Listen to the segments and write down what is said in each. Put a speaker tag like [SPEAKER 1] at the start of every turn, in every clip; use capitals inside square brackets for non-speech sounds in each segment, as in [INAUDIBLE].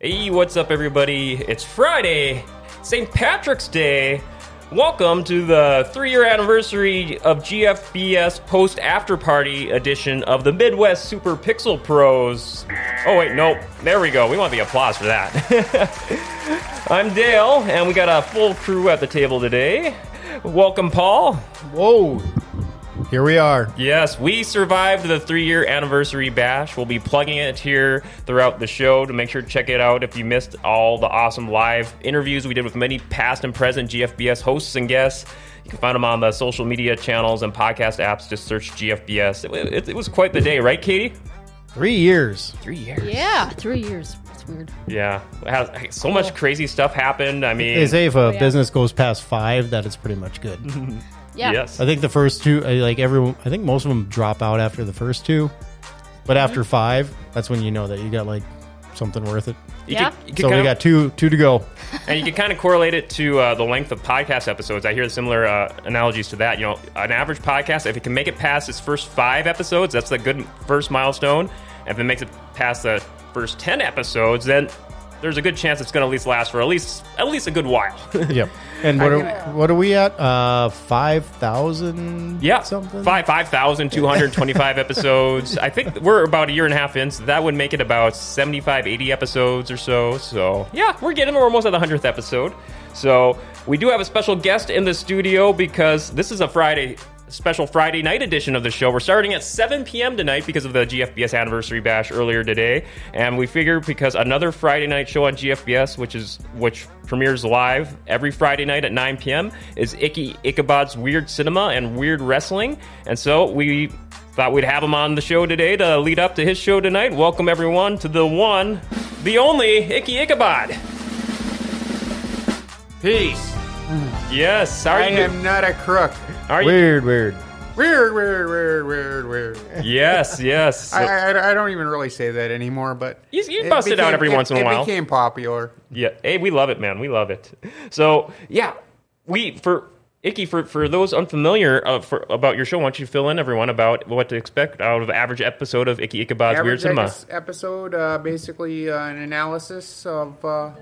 [SPEAKER 1] Hey, what's up, everybody? It's Friday, St. Patrick's Day. Welcome to the three year anniversary of GFBS post after party edition of the Midwest Super Pixel Pros. Oh, wait, nope. There we go. We want the applause for that. [LAUGHS] I'm Dale, and we got a full crew at the table today. Welcome, Paul.
[SPEAKER 2] Whoa. Here we are.
[SPEAKER 1] Yes, we survived the three year anniversary bash. We'll be plugging it here throughout the show to make sure to check it out if you missed all the awesome live interviews we did with many past and present GFBS hosts and guests. You can find them on the social media channels and podcast apps. Just search GFBS. It, it, it was quite the day, right, Katie?
[SPEAKER 2] Three years.
[SPEAKER 1] Three years.
[SPEAKER 3] Yeah, three years. It's weird.
[SPEAKER 1] Yeah. It has- So much crazy stuff happened. I mean,
[SPEAKER 2] Is if a
[SPEAKER 3] yeah.
[SPEAKER 2] business goes past five, that it's pretty much good.
[SPEAKER 1] Mm-hmm.
[SPEAKER 3] Yeah.
[SPEAKER 1] yes.
[SPEAKER 2] I think the first two, I- like everyone, I think most of them drop out after the first two, but after five, that's when you know that you got like something worth it.
[SPEAKER 1] You
[SPEAKER 3] Yeah.
[SPEAKER 1] could- you could
[SPEAKER 2] So we
[SPEAKER 1] kinda-
[SPEAKER 2] got two, two
[SPEAKER 1] [LAUGHS]
[SPEAKER 2] to go.
[SPEAKER 1] and you can kind of correlate it to uh, the length of podcast episodes. I hear similar uh, analogies to that. You know, an average podcast, if it can make it past its first five episodes, that's the good first milestone. And if it makes it past the first ten episodes, then there's a good chance it's going to at least last for at least at least a good while.
[SPEAKER 2] yep. And what are, what are we at? Uh, five thousand.
[SPEAKER 1] yeah,
[SPEAKER 2] Something.
[SPEAKER 1] five five thousand two hundred twenty five episodes. I think we're about a year and a half in, so that would make it about 75, 80 episodes or so. So yeah, we're getting we're almost at the hundredth episode. So we do have a special guest in the studio because this is a Friday special Friday night edition of the show. We're starting at 7 p.m. tonight because of the GFBS anniversary bash earlier today, and we figure because another Friday night show on GFBS, which is which premieres live every Friday night at 9 p.m., is Icky Ichabod's Weird Cinema and Weird Wrestling, and so we thought we'd have him on the show today to lead up to his show tonight. Welcome everyone to the one, the only Icky Ichabod.
[SPEAKER 4] Peace.
[SPEAKER 1] Yes, how are
[SPEAKER 4] I
[SPEAKER 1] you?
[SPEAKER 4] am not a crook.
[SPEAKER 1] Are you?
[SPEAKER 2] Weird, weird.
[SPEAKER 4] Weird, weird, weird, weird, weird.
[SPEAKER 1] Yes, yes.
[SPEAKER 4] I, I, I don't even really say that anymore, but
[SPEAKER 1] You- you bust it out every once in a while.
[SPEAKER 4] It became popular.
[SPEAKER 1] Yeah. Hey, we love it, man. We love it. So yeah, we for Icky for for those unfamiliar uh, for, about your show, why don't you fill in everyone about what to expect out of average episode of Icky Ichabod's Weird
[SPEAKER 4] Average
[SPEAKER 1] Cinema?
[SPEAKER 4] ex- episode, uh, basically uh, an analysis of uh,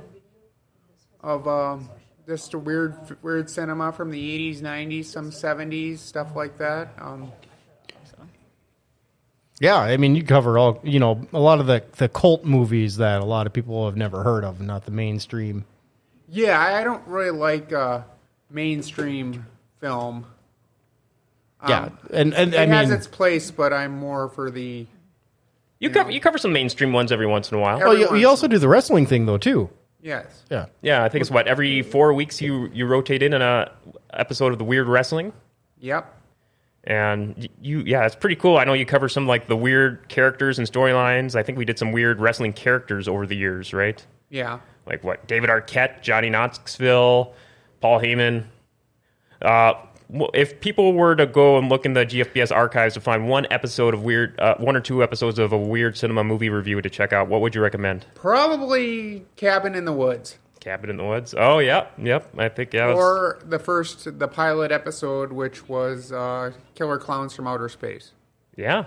[SPEAKER 4] of um, just a weird, weird cinema from the '80s, '90s, some '70s, stuff like that. Um,
[SPEAKER 2] Yeah, I mean, you cover all, you know, a lot of the, the cult movies that a lot of people have never heard of, not the mainstream.
[SPEAKER 4] Yeah, I I don't really like uh, mainstream film. Um,
[SPEAKER 2] yeah, and and
[SPEAKER 4] it
[SPEAKER 2] I
[SPEAKER 4] has
[SPEAKER 2] mean,
[SPEAKER 4] its place, but I'm more for the.
[SPEAKER 1] You cover you cover some mainstream ones every once in a while.
[SPEAKER 4] Every-
[SPEAKER 2] well, you, you also do the wrestling thing though too.
[SPEAKER 4] Yes.
[SPEAKER 2] Yeah,
[SPEAKER 1] Yeah, I think it's what every four weeks you you rotate in an uh, episode of the Weird Wrestling.
[SPEAKER 4] Yep.
[SPEAKER 1] And y- you, yeah, it's pretty cool. I know you cover some like the weird characters and storylines. I think we did some weird wrestling characters over the years, right?
[SPEAKER 4] Yeah.
[SPEAKER 1] like what David Arquette, Johnny Knoxville, Paul Heyman. Uh, w- if people were to go and look in the GFBS archives to find one episode of weird, uh, one or two episodes of a weird cinema movie review to check out, what would you recommend?
[SPEAKER 4] Probably Cabin in the Woods
[SPEAKER 1] Cabin in the Woods. Oh yeah, yep. I think yeah. that's-
[SPEAKER 4] or the first, the pilot episode, which was uh, Killer Clowns from Outer Space.
[SPEAKER 1] yeah.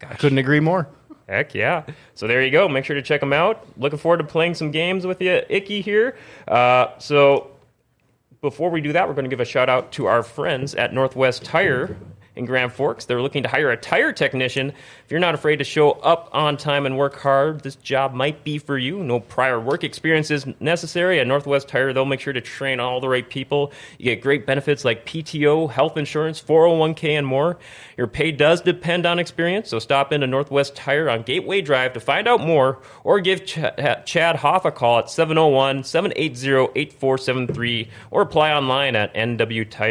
[SPEAKER 2] I couldn't agree more.
[SPEAKER 1] Heck yeah. So there you go. Make sure to check them out. Looking forward to playing some games with you, Icky, here. Uh, so before we do that, we're going to give a shout out to our friends at Northwest Tire in Grand Forks. They're looking to hire a tire technician. If you're not afraid to show up on time and work hard, this job might be for you. No prior work experience is necessary. At Northwest Tire, they'll make sure to train all the right people. You get great benefits like PTO, health insurance, 401k, and more. Your pay does depend on experience, so stop into Northwest Tire on Gateway Drive to find out more or give Ch- Chad Hoff a call at 701 780 8473 or apply online at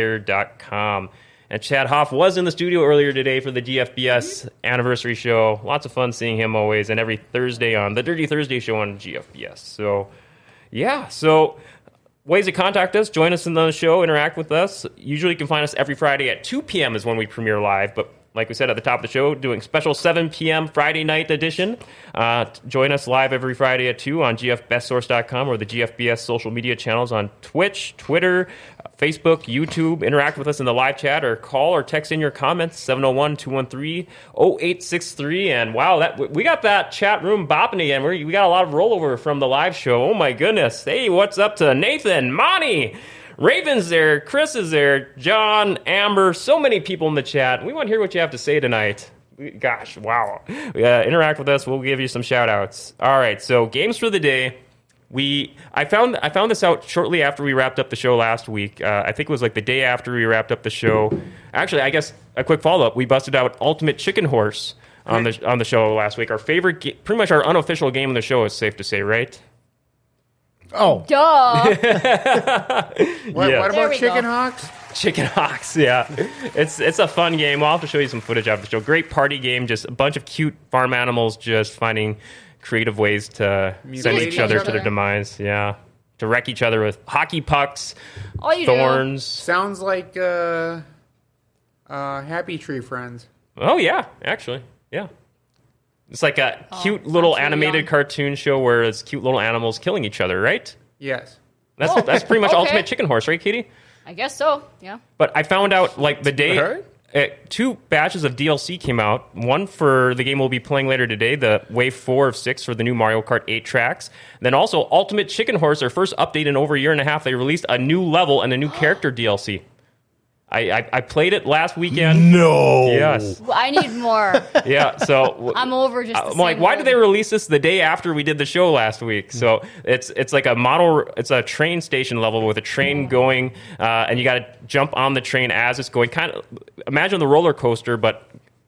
[SPEAKER 1] nwtire.com. And Chad Hoff was in the studio earlier today for the GFBS anniversary show. Lots of fun seeing him always, and every Thursday on the Dirty Thursday show on GFBS. So, yeah, so ways to contact us join us in the show interact with us usually you can find us every friday at 2 p.m is when we premiere live but like we said at the top of the show doing special 7 p.m friday night edition uh, t- join us live every friday at 2 on gfbestsource.com or the gfbs social media channels on twitch twitter Facebook, YouTube, interact with us in the live chat or call or text in your comments 701 213 0863. And wow, that we- we got that chat room bopping again. We we got a lot of rollover from the live show. Oh my goodness. Hey, what's up to Nathan, Monty? Raven's there, Chris is there, John, Amber, so many people in the chat. We want to hear what you have to say tonight. We- Gosh, wow. Uh, interact with us. We'll give you some shout outs. All right, so games for the day. We I found I found this out shortly after we wrapped up the show last week. Uh, I think it was like the day after we wrapped up the show. Actually, I guess a quick follow up. We busted out Ultimate Chicken Horse on the on the show last week. Our favorite, ga- pretty much our unofficial game on the show is safe to say, right? [LAUGHS]
[SPEAKER 2] Oh,
[SPEAKER 3] Duh.
[SPEAKER 4] What,
[SPEAKER 1] Yeah.
[SPEAKER 4] what
[SPEAKER 3] There
[SPEAKER 4] about
[SPEAKER 3] we go.
[SPEAKER 4] chicken hawks?
[SPEAKER 1] Chicken Hawks, yeah. It's it's a fun game. We'll have to show you some footage after the show. Great party game, just a bunch of cute farm animals just finding creative ways to send
[SPEAKER 4] Mutilate
[SPEAKER 1] each other
[SPEAKER 4] each
[SPEAKER 1] to their
[SPEAKER 4] other.
[SPEAKER 1] demise. Yeah. To wreck each other with hockey pucks,
[SPEAKER 3] All you
[SPEAKER 1] thorns.
[SPEAKER 4] Sounds like uh, uh, Happy Tree Friends.
[SPEAKER 1] Oh yeah, actually. Yeah. It's like a cute little
[SPEAKER 3] sounds Oh, really
[SPEAKER 1] animated
[SPEAKER 3] young.
[SPEAKER 1] cartoon show where it's cute little animals killing each other, right?
[SPEAKER 4] Yes.
[SPEAKER 1] That's that's
[SPEAKER 3] [LAUGHS]
[SPEAKER 1] pretty much
[SPEAKER 3] Oh, okay.
[SPEAKER 1] ultimate chicken horse, right, Kitty?
[SPEAKER 3] do. I guess so. Yeah.
[SPEAKER 1] But I found out like the day
[SPEAKER 5] Alright.
[SPEAKER 1] uh, two batches of DLC came out. One for the game we'll be playing later today, the Wave Four of Six for the new Mario Kart Eight tracks. then also Ultimate Chicken Horse, their first update in over a year and a half. They released a new level and a
[SPEAKER 3] [GASPS]
[SPEAKER 1] new character DLC. I, I, I played it last weekend.
[SPEAKER 2] no.
[SPEAKER 1] Yes,
[SPEAKER 3] Well, I
[SPEAKER 1] [LAUGHS]
[SPEAKER 3] need more.
[SPEAKER 1] yeah. So w-
[SPEAKER 3] I'm over just. the
[SPEAKER 1] I'm Uh, like,
[SPEAKER 3] same
[SPEAKER 1] why
[SPEAKER 3] way.
[SPEAKER 1] did they release this the day after we did the show last week? So it's it's like a model, it's a train station level with a train going, uh, and you got to jump on the train as it's going. Kind of imagine the roller coaster, but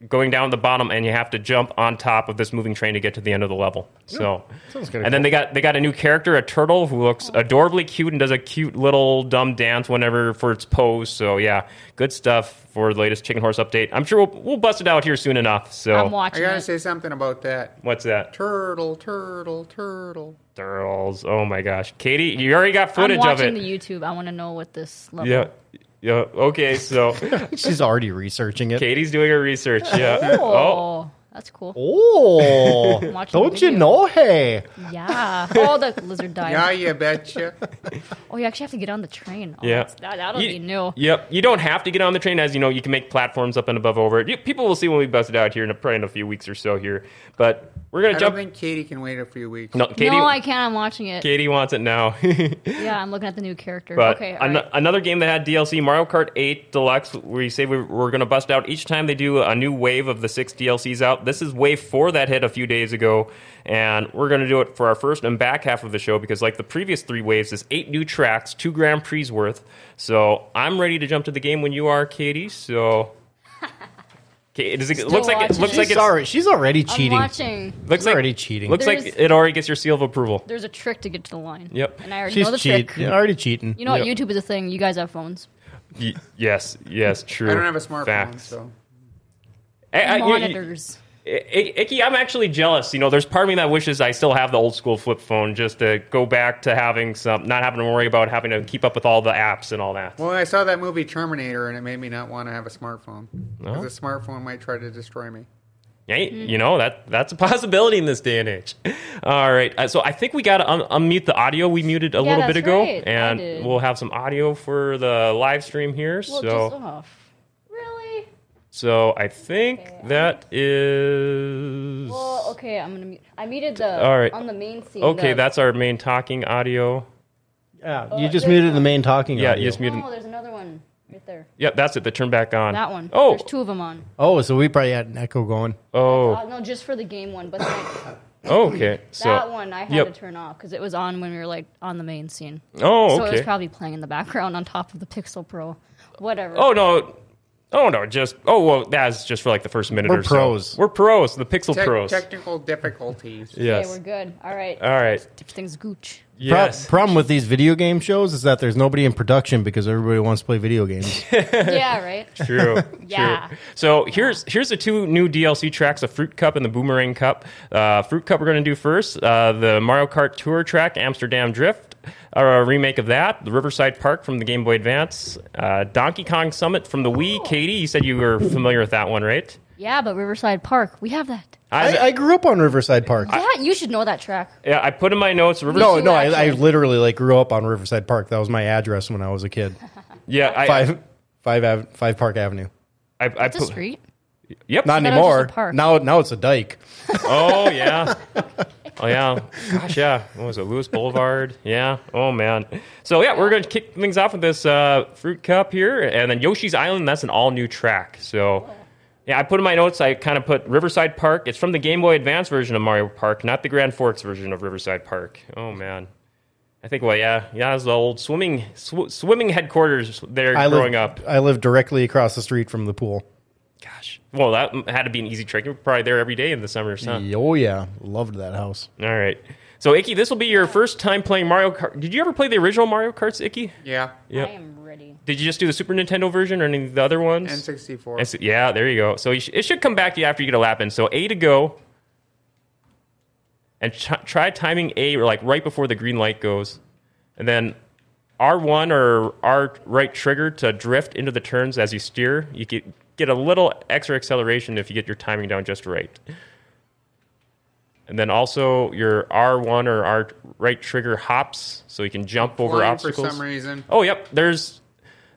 [SPEAKER 1] going down the bottom, and you have to jump on top of this moving train to get to the end of the level. So,
[SPEAKER 2] Sounds
[SPEAKER 1] and
[SPEAKER 2] kinda
[SPEAKER 1] then they got they got a new character, a turtle who looks
[SPEAKER 3] Oh.
[SPEAKER 1] adorably cute and does a cute little dumb dance whenever for its pose. So yeah, good stuff for the latest Chicken Horse update. I'm sure we'll, we'll bust it out here soon enough. So
[SPEAKER 3] I'm
[SPEAKER 4] I
[SPEAKER 3] watching.
[SPEAKER 4] gotta
[SPEAKER 3] It.
[SPEAKER 4] say something about that.
[SPEAKER 1] what's that?
[SPEAKER 4] Turtle, turtle, turtle.
[SPEAKER 1] Girls, Oh my gosh, Katie, you already got
[SPEAKER 3] I'm
[SPEAKER 1] footage of
[SPEAKER 3] watching
[SPEAKER 1] it.
[SPEAKER 3] the YouTube. I want to know what this level.
[SPEAKER 1] yeah, yeah. [LAUGHS] Okay, so
[SPEAKER 2] She's already researching it.
[SPEAKER 1] Katie's doing her research. Yeah.
[SPEAKER 3] Oh,
[SPEAKER 1] Oh,
[SPEAKER 3] that's cool.
[SPEAKER 2] Oh,
[SPEAKER 3] watching the
[SPEAKER 2] don't you
[SPEAKER 3] video.
[SPEAKER 2] know? Hey,
[SPEAKER 1] [LAUGHS]
[SPEAKER 3] Yeah. Oh, the lizard died.
[SPEAKER 4] Yeah,
[SPEAKER 3] [LAUGHS]
[SPEAKER 4] you betcha.
[SPEAKER 3] Oh, you actually have to get on the train. Oh,
[SPEAKER 1] yeah.
[SPEAKER 3] that's- That, that'll
[SPEAKER 1] You-
[SPEAKER 3] be new.
[SPEAKER 1] Yep. You don't have to get on the train, as you know. You can make platforms up and above over it. You, people will see when we bust it out here in a, probably in a few weeks or so here. But we're gonna
[SPEAKER 4] I don't
[SPEAKER 1] jump.
[SPEAKER 4] think Katie can wait a few weeks.
[SPEAKER 1] no, Katie.
[SPEAKER 3] no, I can't. I'm watching it.
[SPEAKER 1] Katie wants it now. [LAUGHS]
[SPEAKER 3] Yeah, I'm looking at the new character.
[SPEAKER 1] But
[SPEAKER 3] okay. all
[SPEAKER 1] an-
[SPEAKER 3] right.
[SPEAKER 1] another game that had DLC, Mario Kart 8 Deluxe, we say we, we're going to bust out each time they do a new wave of the six DLCs out. This is wave four that hit a few days ago, and we're going to do it for our first and back half of the show because, like the previous three waves, there's eight new tracks, two Grand Prix worth. So I'm ready to jump to the game when you are, Katie.
[SPEAKER 3] [LAUGHS]
[SPEAKER 1] So. Okay, does it, it looks like it
[SPEAKER 3] watching
[SPEAKER 1] looks
[SPEAKER 3] it.
[SPEAKER 1] like
[SPEAKER 2] she's
[SPEAKER 1] it's,
[SPEAKER 2] already, she's already cheating.
[SPEAKER 3] I'm watching.
[SPEAKER 1] looks
[SPEAKER 2] She's
[SPEAKER 1] like
[SPEAKER 2] already cheating.
[SPEAKER 1] Looks like
[SPEAKER 3] There's-
[SPEAKER 1] it already gets your seal of
[SPEAKER 3] [LAUGHS]
[SPEAKER 1] approval.
[SPEAKER 3] There's a trick to get to the line.
[SPEAKER 1] Yep.
[SPEAKER 3] And I already
[SPEAKER 2] she's
[SPEAKER 3] know the
[SPEAKER 2] cheat,
[SPEAKER 3] trick.
[SPEAKER 2] already cheating.
[SPEAKER 3] You know what?
[SPEAKER 1] Yep.
[SPEAKER 3] YouTube is a thing. You guys have phones.
[SPEAKER 1] Y- yes, yes, true.
[SPEAKER 4] I don't have a smartphone,
[SPEAKER 1] Facts.
[SPEAKER 4] so.
[SPEAKER 1] Eh, eh, you- you-
[SPEAKER 3] Monitors.
[SPEAKER 1] I- I- Icky, I'm actually jealous. You know, there's part of me that wishes I still have the old school flip phone just to go back to having some, not having to worry about having to keep up with all the apps and all that.
[SPEAKER 4] Well, I saw that movie Terminator, and it made me not want to have a smartphone. Because a smartphone might try to destroy me.
[SPEAKER 1] Yeah, you know that that's a [LAUGHS] possibility in this day and age. All right, uh, so I think we got to un- unmute the audio we muted a little bit
[SPEAKER 3] that's
[SPEAKER 1] ago,
[SPEAKER 3] right. I
[SPEAKER 1] and
[SPEAKER 3] did.
[SPEAKER 1] we'll have some audio for the live stream here.
[SPEAKER 3] Well,
[SPEAKER 1] so,
[SPEAKER 3] just off. Really?
[SPEAKER 1] so I think that is
[SPEAKER 3] Well, okay. I'm gonna. Mute. I muted the.
[SPEAKER 1] All right.
[SPEAKER 3] On the main scene.
[SPEAKER 1] okay.
[SPEAKER 3] the-
[SPEAKER 1] That's our main talking audio.
[SPEAKER 2] Yeah, you just muted the main talking.
[SPEAKER 1] Yeah,
[SPEAKER 2] audio.
[SPEAKER 1] you just muted.
[SPEAKER 3] Oh, there's another one right there.
[SPEAKER 1] Yep, that's it. The turn back on.
[SPEAKER 3] That one.
[SPEAKER 1] Oh,
[SPEAKER 3] There's two of them on.
[SPEAKER 2] Oh, so we probably had an echo going.
[SPEAKER 1] oh.
[SPEAKER 3] Uh, no, just for the game
[SPEAKER 1] [COUGHS]
[SPEAKER 3] one, but like,
[SPEAKER 1] Okay. So
[SPEAKER 3] that one I had
[SPEAKER 1] yep.
[SPEAKER 3] to turn off because it was on when we were like on the main scene.
[SPEAKER 1] Oh,
[SPEAKER 3] So it was
[SPEAKER 1] okay.
[SPEAKER 3] probably playing in the background on top of the Pixel Pro. Whatever.
[SPEAKER 1] oh no. Oh no. Just oh well. That's just for like the first minute
[SPEAKER 2] We're
[SPEAKER 1] or so.
[SPEAKER 2] pros.
[SPEAKER 1] We're pros. The Pixel
[SPEAKER 4] Tec-
[SPEAKER 1] pros.
[SPEAKER 4] technical difficulties.
[SPEAKER 1] yes.
[SPEAKER 3] Okay, we're good. All right.
[SPEAKER 1] All right.
[SPEAKER 3] Everything's
[SPEAKER 1] [LAUGHS]
[SPEAKER 3] gooch.
[SPEAKER 2] Pro-
[SPEAKER 1] Yes.
[SPEAKER 2] problem with these video game shows is that there's nobody in production because everybody wants to play video games.
[SPEAKER 3] yeah, right?
[SPEAKER 1] True.
[SPEAKER 3] [LAUGHS] Yeah.
[SPEAKER 1] True. So here's here's the two new DLC tracks: the Fruit Cup and the Boomerang Cup. Uh, Fruit Cup we're going to do first. Uh, the Mario Kart Tour track, Amsterdam Drift, or a remake of that. The Riverside Park from the Game Boy Advance. Uh, Donkey Kong Summit from the Wii. Katie, you said you were familiar with that one, right?
[SPEAKER 3] Yeah, but Riverside Park, we have that.
[SPEAKER 2] I, uh, I grew up on Riverside Park.
[SPEAKER 3] yeah, you should know that track.
[SPEAKER 1] yeah, I put in my notes. Riverside.
[SPEAKER 2] no, no, I, I
[SPEAKER 3] actually- [LAUGHS]
[SPEAKER 2] literally like grew up on Riverside Park. That was my address when I was a kid.
[SPEAKER 1] Yeah, I
[SPEAKER 2] Five, five, Ave- five Park Avenue.
[SPEAKER 1] I, I,
[SPEAKER 3] It's a
[SPEAKER 1] put-
[SPEAKER 3] street.
[SPEAKER 1] Yep. [LAUGHS]
[SPEAKER 2] Not
[SPEAKER 3] was just a
[SPEAKER 2] anymore.
[SPEAKER 3] park.
[SPEAKER 2] Now, now it's a dike.
[SPEAKER 1] Oh yeah. Oh yeah. Gosh yeah. What was it? Lewis Boulevard. Yeah. Oh man. So yeah, we're gonna kick things off with this uh, fruit cup here, and then Yoshi's Island. That's an all new track. So. Yeah, I put in my notes. I kind of put Riverside Park. It's from the Game Boy Advance version of Mario Park, not the Grand Forks version of Riverside Park. Oh man, I think. Well, yeah, yeah, it's the old swimming sw- swimming headquarters there
[SPEAKER 2] I
[SPEAKER 1] growing
[SPEAKER 2] live,
[SPEAKER 1] up.
[SPEAKER 2] I live directly across the street from the pool.
[SPEAKER 1] Gosh, well, that had to be an easy trick. You're probably there every day in the summers, huh?
[SPEAKER 2] Oh yeah, loved that house.
[SPEAKER 1] All right. So Icky, this will be your first time playing Mario Kart. Did you ever play the original Mario Karts, Icky?
[SPEAKER 4] Yeah.
[SPEAKER 1] Yeah.
[SPEAKER 3] I am ready.
[SPEAKER 1] Did you just do the Super Nintendo version or any of the other ones?
[SPEAKER 4] N sixty four.
[SPEAKER 1] And so- yeah, there you go. So you sh- it should come back to you after you get a lap in. So A to go, and tr- try timing A or like right before the green light goes, and then R one or R right trigger to drift into the turns as you steer. You get get a little extra acceleration if you get your timing down just right. And then also your R one or R right trigger hops, so you can jump over obstacles.
[SPEAKER 4] For some reason.
[SPEAKER 1] Oh, yep. There's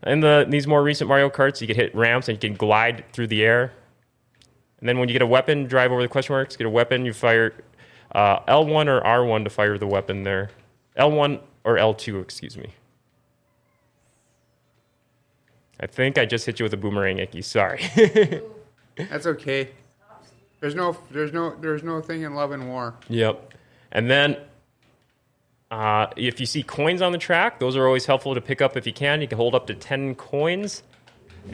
[SPEAKER 1] in the these more recent Mario Karts, you can hit ramps and you can glide through the air. And then when you get a weapon, drive over the question marks, get a weapon, you fire uh, L1 or R1 to fire the weapon there. L1 or L2, excuse me. I think I just hit you with a boomerang, Icky. Sorry. [LAUGHS]
[SPEAKER 4] That's okay. There's no there's no there's no thing in love and war.
[SPEAKER 1] Yep. And then uh, if you see coins on the track, those are always helpful to pick up if you can. You can hold up to 10 coins.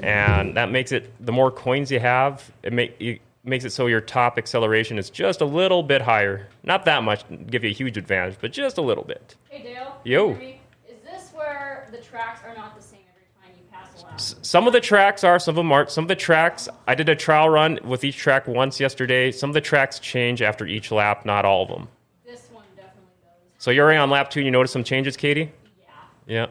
[SPEAKER 1] And that makes it the more coins you have, it, make, it makes it so your top acceleration is just a little bit higher. Not that much, give you a huge advantage, but just a little bit.
[SPEAKER 5] Hey Dale.
[SPEAKER 1] Yo.
[SPEAKER 5] Is this where the tracks are not the same every time you pass a lap?
[SPEAKER 1] Some of the tracks are, some of them aren't. Some of the tracks, I did a trial run with each track once yesterday. Some of the tracks change after each lap, not all of them.
[SPEAKER 5] This one definitely does.
[SPEAKER 1] So you're already on lap two, you notice some changes, Katie?
[SPEAKER 5] Yeah.
[SPEAKER 1] Yeah.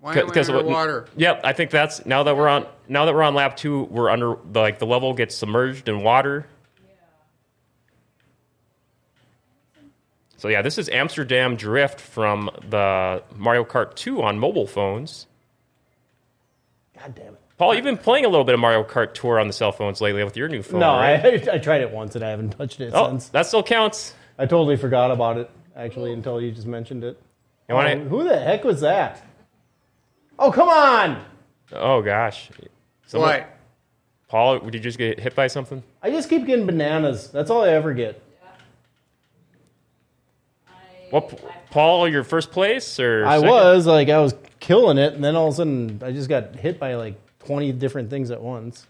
[SPEAKER 4] Why am I
[SPEAKER 1] because
[SPEAKER 4] underwater?
[SPEAKER 1] Yep, I think that's now that we're on now that we're on lap two, we're under like the level gets submerged in water. So yeah, this is Amsterdam Drift from the Mario Kart 2 on mobile phones.
[SPEAKER 6] God damn it.
[SPEAKER 1] Paul, you've been playing a little bit of Mario Kart Tour on the cell phones lately with your new phone.
[SPEAKER 6] No,
[SPEAKER 1] right?
[SPEAKER 6] I, I tried it once and I haven't touched it
[SPEAKER 1] oh,
[SPEAKER 6] since.
[SPEAKER 1] that still counts.
[SPEAKER 6] I totally forgot about it, actually, until you just mentioned it.
[SPEAKER 1] You want
[SPEAKER 6] Um,
[SPEAKER 1] it?
[SPEAKER 6] who the heck was that? Oh, come on!
[SPEAKER 1] Oh gosh, Someone-
[SPEAKER 4] What?
[SPEAKER 1] Paul, did you just get hit by something?
[SPEAKER 6] I just keep getting bananas. That's all I ever get.
[SPEAKER 5] I,
[SPEAKER 1] What, Paul? Your first place or
[SPEAKER 6] I
[SPEAKER 1] second?
[SPEAKER 6] was like, I was killing it, and then all of a sudden, I just got hit by like 20 different things at once.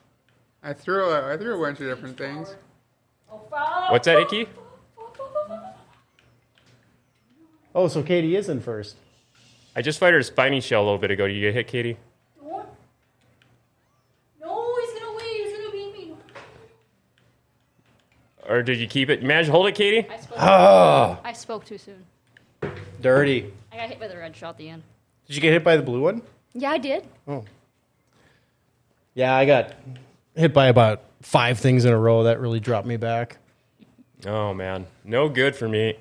[SPEAKER 4] I threw a, I threw a bunch of different things.
[SPEAKER 5] oh, follow.
[SPEAKER 1] What's that, Icky?
[SPEAKER 6] Oh, so Katie is in first.
[SPEAKER 1] I just fired a spiny shell a little bit ago. Did you get hit, Katie?
[SPEAKER 5] Don't- No, he's gonna wait. He's gonna beat me.
[SPEAKER 1] Or did you keep it? You managed to hold it, Katie?
[SPEAKER 3] I spoke.
[SPEAKER 4] Ah.
[SPEAKER 2] Oh,
[SPEAKER 3] I spoke too soon.
[SPEAKER 2] dirty.
[SPEAKER 3] I got hit by the red shot at the end.
[SPEAKER 2] Did you get hit by the blue one?
[SPEAKER 3] Yeah, I did.
[SPEAKER 6] Yeah, I got
[SPEAKER 2] Hit by about five things in a row. That really dropped me back.
[SPEAKER 1] Oh, man. No good for me.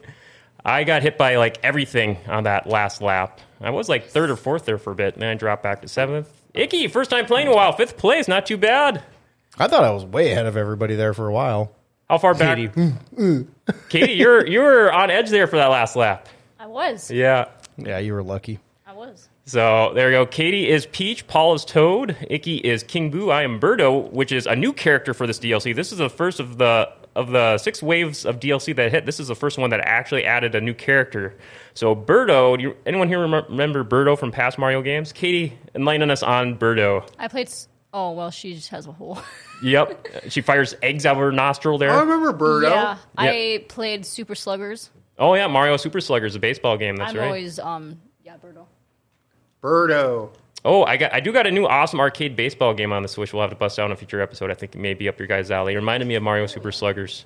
[SPEAKER 1] I got hit by like everything on that last lap. I was like third or fourth there for a bit, and then I dropped back to seventh. Icky, first time playing in a while. Fifth place, not too bad.
[SPEAKER 2] I thought I was way ahead of everybody there for a while.
[SPEAKER 1] How far back? Katie, Katie you're you were on edge there for that last lap.
[SPEAKER 3] I was.
[SPEAKER 1] Yeah.
[SPEAKER 2] Yeah, you were lucky.
[SPEAKER 3] I was.
[SPEAKER 1] So there we go. Katie is Peach, Paul is Toad, Icky is King Boo, I am Birdo, which is a new character for this DLC. This is the first of the of the six waves of DLC that hit. This is the first one that actually added a new character. So Birdo, do you, anyone here remem- remember Birdo from past Mario games? Katie, enlighten us on Birdo.
[SPEAKER 3] I played. S- oh well, she just has a hole.
[SPEAKER 1] Yep, she fires eggs out of her nostril
[SPEAKER 4] Oh, I
[SPEAKER 1] there.
[SPEAKER 4] remember [LAUGHS] Birdo.
[SPEAKER 3] Yeah, I
[SPEAKER 1] Yep.
[SPEAKER 3] played Super Sluggers.
[SPEAKER 1] Oh yeah, Mario Super Slugger is a baseball game. That's
[SPEAKER 3] I'm
[SPEAKER 1] right.
[SPEAKER 3] always um yeah Birdo.
[SPEAKER 4] Birdo.
[SPEAKER 1] Oh, I got I do got a new awesome arcade baseball game on the Switch. We'll have to bust down a future episode. I think it may be up your guys' alley. It reminded me of Mario Super Sluggers.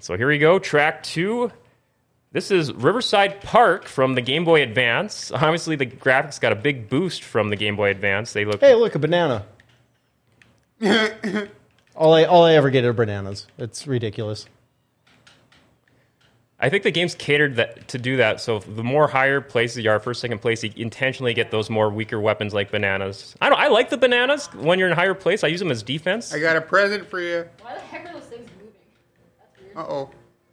[SPEAKER 1] So here we go, track two. This is Riverside Park from the Game Boy Advance. Obviously, the graphics got a big boost from the Game Boy Advance. They look
[SPEAKER 6] Hey, look, a banana. [COUGHS] all I all I ever get are bananas. It's ridiculous.
[SPEAKER 1] I think the game's catered that, to do that. So the more higher places you are, first, second place, you intentionally get those more weaker weapons like bananas. I don't. I like the bananas when you're in higher place. I use them as defense.
[SPEAKER 4] I got a present for you.
[SPEAKER 5] Why the heck are those things moving? That's weird.
[SPEAKER 4] Uh oh.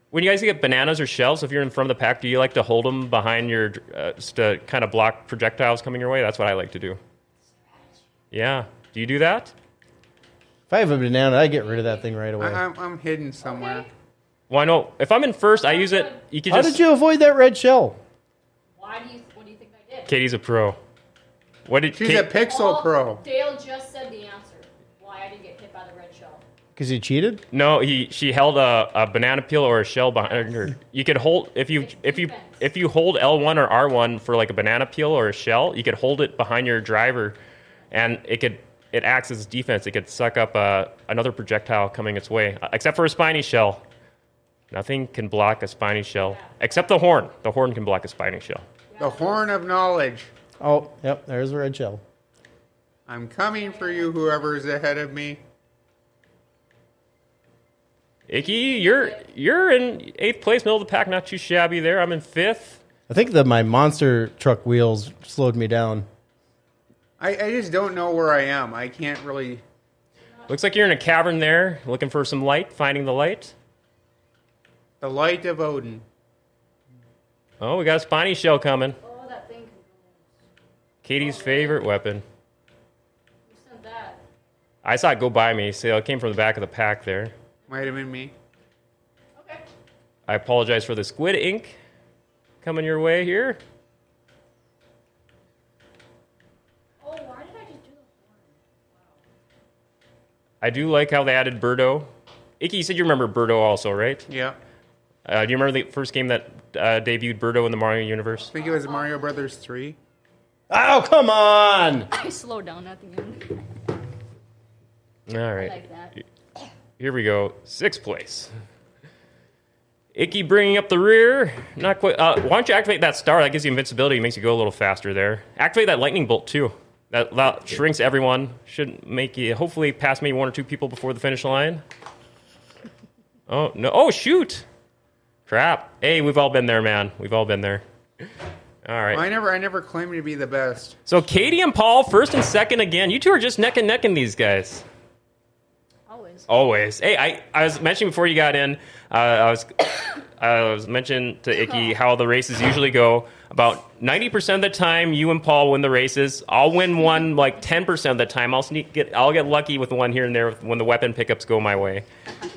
[SPEAKER 1] When you guys get bananas or shells, if you're in front of the pack, do you like to hold them behind your uh, just to kind of block projectiles coming your way? That's what I like to do. Yeah. Do you do that?
[SPEAKER 6] If I have a banana, I get rid of that thing right away.
[SPEAKER 2] Uh-huh.
[SPEAKER 4] I'm, I'm hidden somewhere.
[SPEAKER 5] Okay.
[SPEAKER 1] Well, I know if I'm in first, I use it. You can
[SPEAKER 6] How
[SPEAKER 1] just.
[SPEAKER 6] did you avoid that red shell?
[SPEAKER 5] Why do you? What do you think I did?
[SPEAKER 1] Katie's a pro. What did
[SPEAKER 4] She's
[SPEAKER 1] Kate-
[SPEAKER 4] a Pixel
[SPEAKER 5] All-
[SPEAKER 4] Pro.
[SPEAKER 5] Dale just said the answer. Why I didn't get hit by the red shell.
[SPEAKER 6] Because you cheated?
[SPEAKER 1] No, he she held a, a banana peel or a shell behind her. You could hold if you if you if you hold L one or R one for like a banana peel or a shell, you could hold it behind your driver, and it could it acts as defense. It could suck up uh, another projectile coming its way, uh, except for a spiny shell. Nothing can block a spiny shell except the horn. The horn can block a spiny shell.
[SPEAKER 4] The Horn of Knowledge.
[SPEAKER 6] Oh, yep, there's a red shell.
[SPEAKER 4] I'm coming for you, whoever's ahead of me.
[SPEAKER 1] Icky, you're you're in eighth place, middle of the pack, not too shabby there. I'm in fifth.
[SPEAKER 6] I think that my monster truck wheels slowed me down.
[SPEAKER 4] I, I just don't know where I am. I can't really.
[SPEAKER 1] Looks like you're in a cavern there, looking for some light, finding the light.
[SPEAKER 4] The light of Odin.
[SPEAKER 1] Oh, we got a spiny shell coming.
[SPEAKER 5] Oh, that thing. can
[SPEAKER 1] Katie's favorite weapon.
[SPEAKER 5] Who sent that?
[SPEAKER 1] I saw it go by me, so it came from the back of the pack there.
[SPEAKER 4] Might have been me.
[SPEAKER 5] Okay.
[SPEAKER 1] I apologize for the squid ink coming your way here.
[SPEAKER 5] Oh, why did I just do the
[SPEAKER 1] I do like how they added Birdo. Icky, you said you remember Birdo also, right?
[SPEAKER 4] Yeah.
[SPEAKER 1] Uh, do you remember the first game that uh, debuted Birdo in the Mario universe?
[SPEAKER 4] I think it was Mario Brothers 3.
[SPEAKER 6] Oh, come on!
[SPEAKER 3] I slow down at the end.
[SPEAKER 1] All right.
[SPEAKER 5] like that?
[SPEAKER 1] Here we go. Sixth place. Icky bringing up the rear. Not quite. Uh, why don't you activate that star? That gives you invincibility. Makes you go a little faster there. Activate that lightning bolt too. That, that shrinks everyone. Should make you hopefully pass maybe one or two people before the finish line. Oh no! Oh shoot! Crap! Hey, we've all been there, man. We've all been there. All right.
[SPEAKER 4] I never I never claimed to be the best.
[SPEAKER 1] So Katie and Paul, first and second again. You two are just neck and neck in these guys.
[SPEAKER 3] Always.
[SPEAKER 5] Oh.
[SPEAKER 1] Always. Hey, I, I was mentioning before you got in, uh, I was [COUGHS] I was mentioning to Icky how the races usually go. About ninety percent of the time, you and Paul win the races. I'll win one like ten percent of the time. I'll sneak get I'll get lucky with one here and there when the weapon pickups go my way,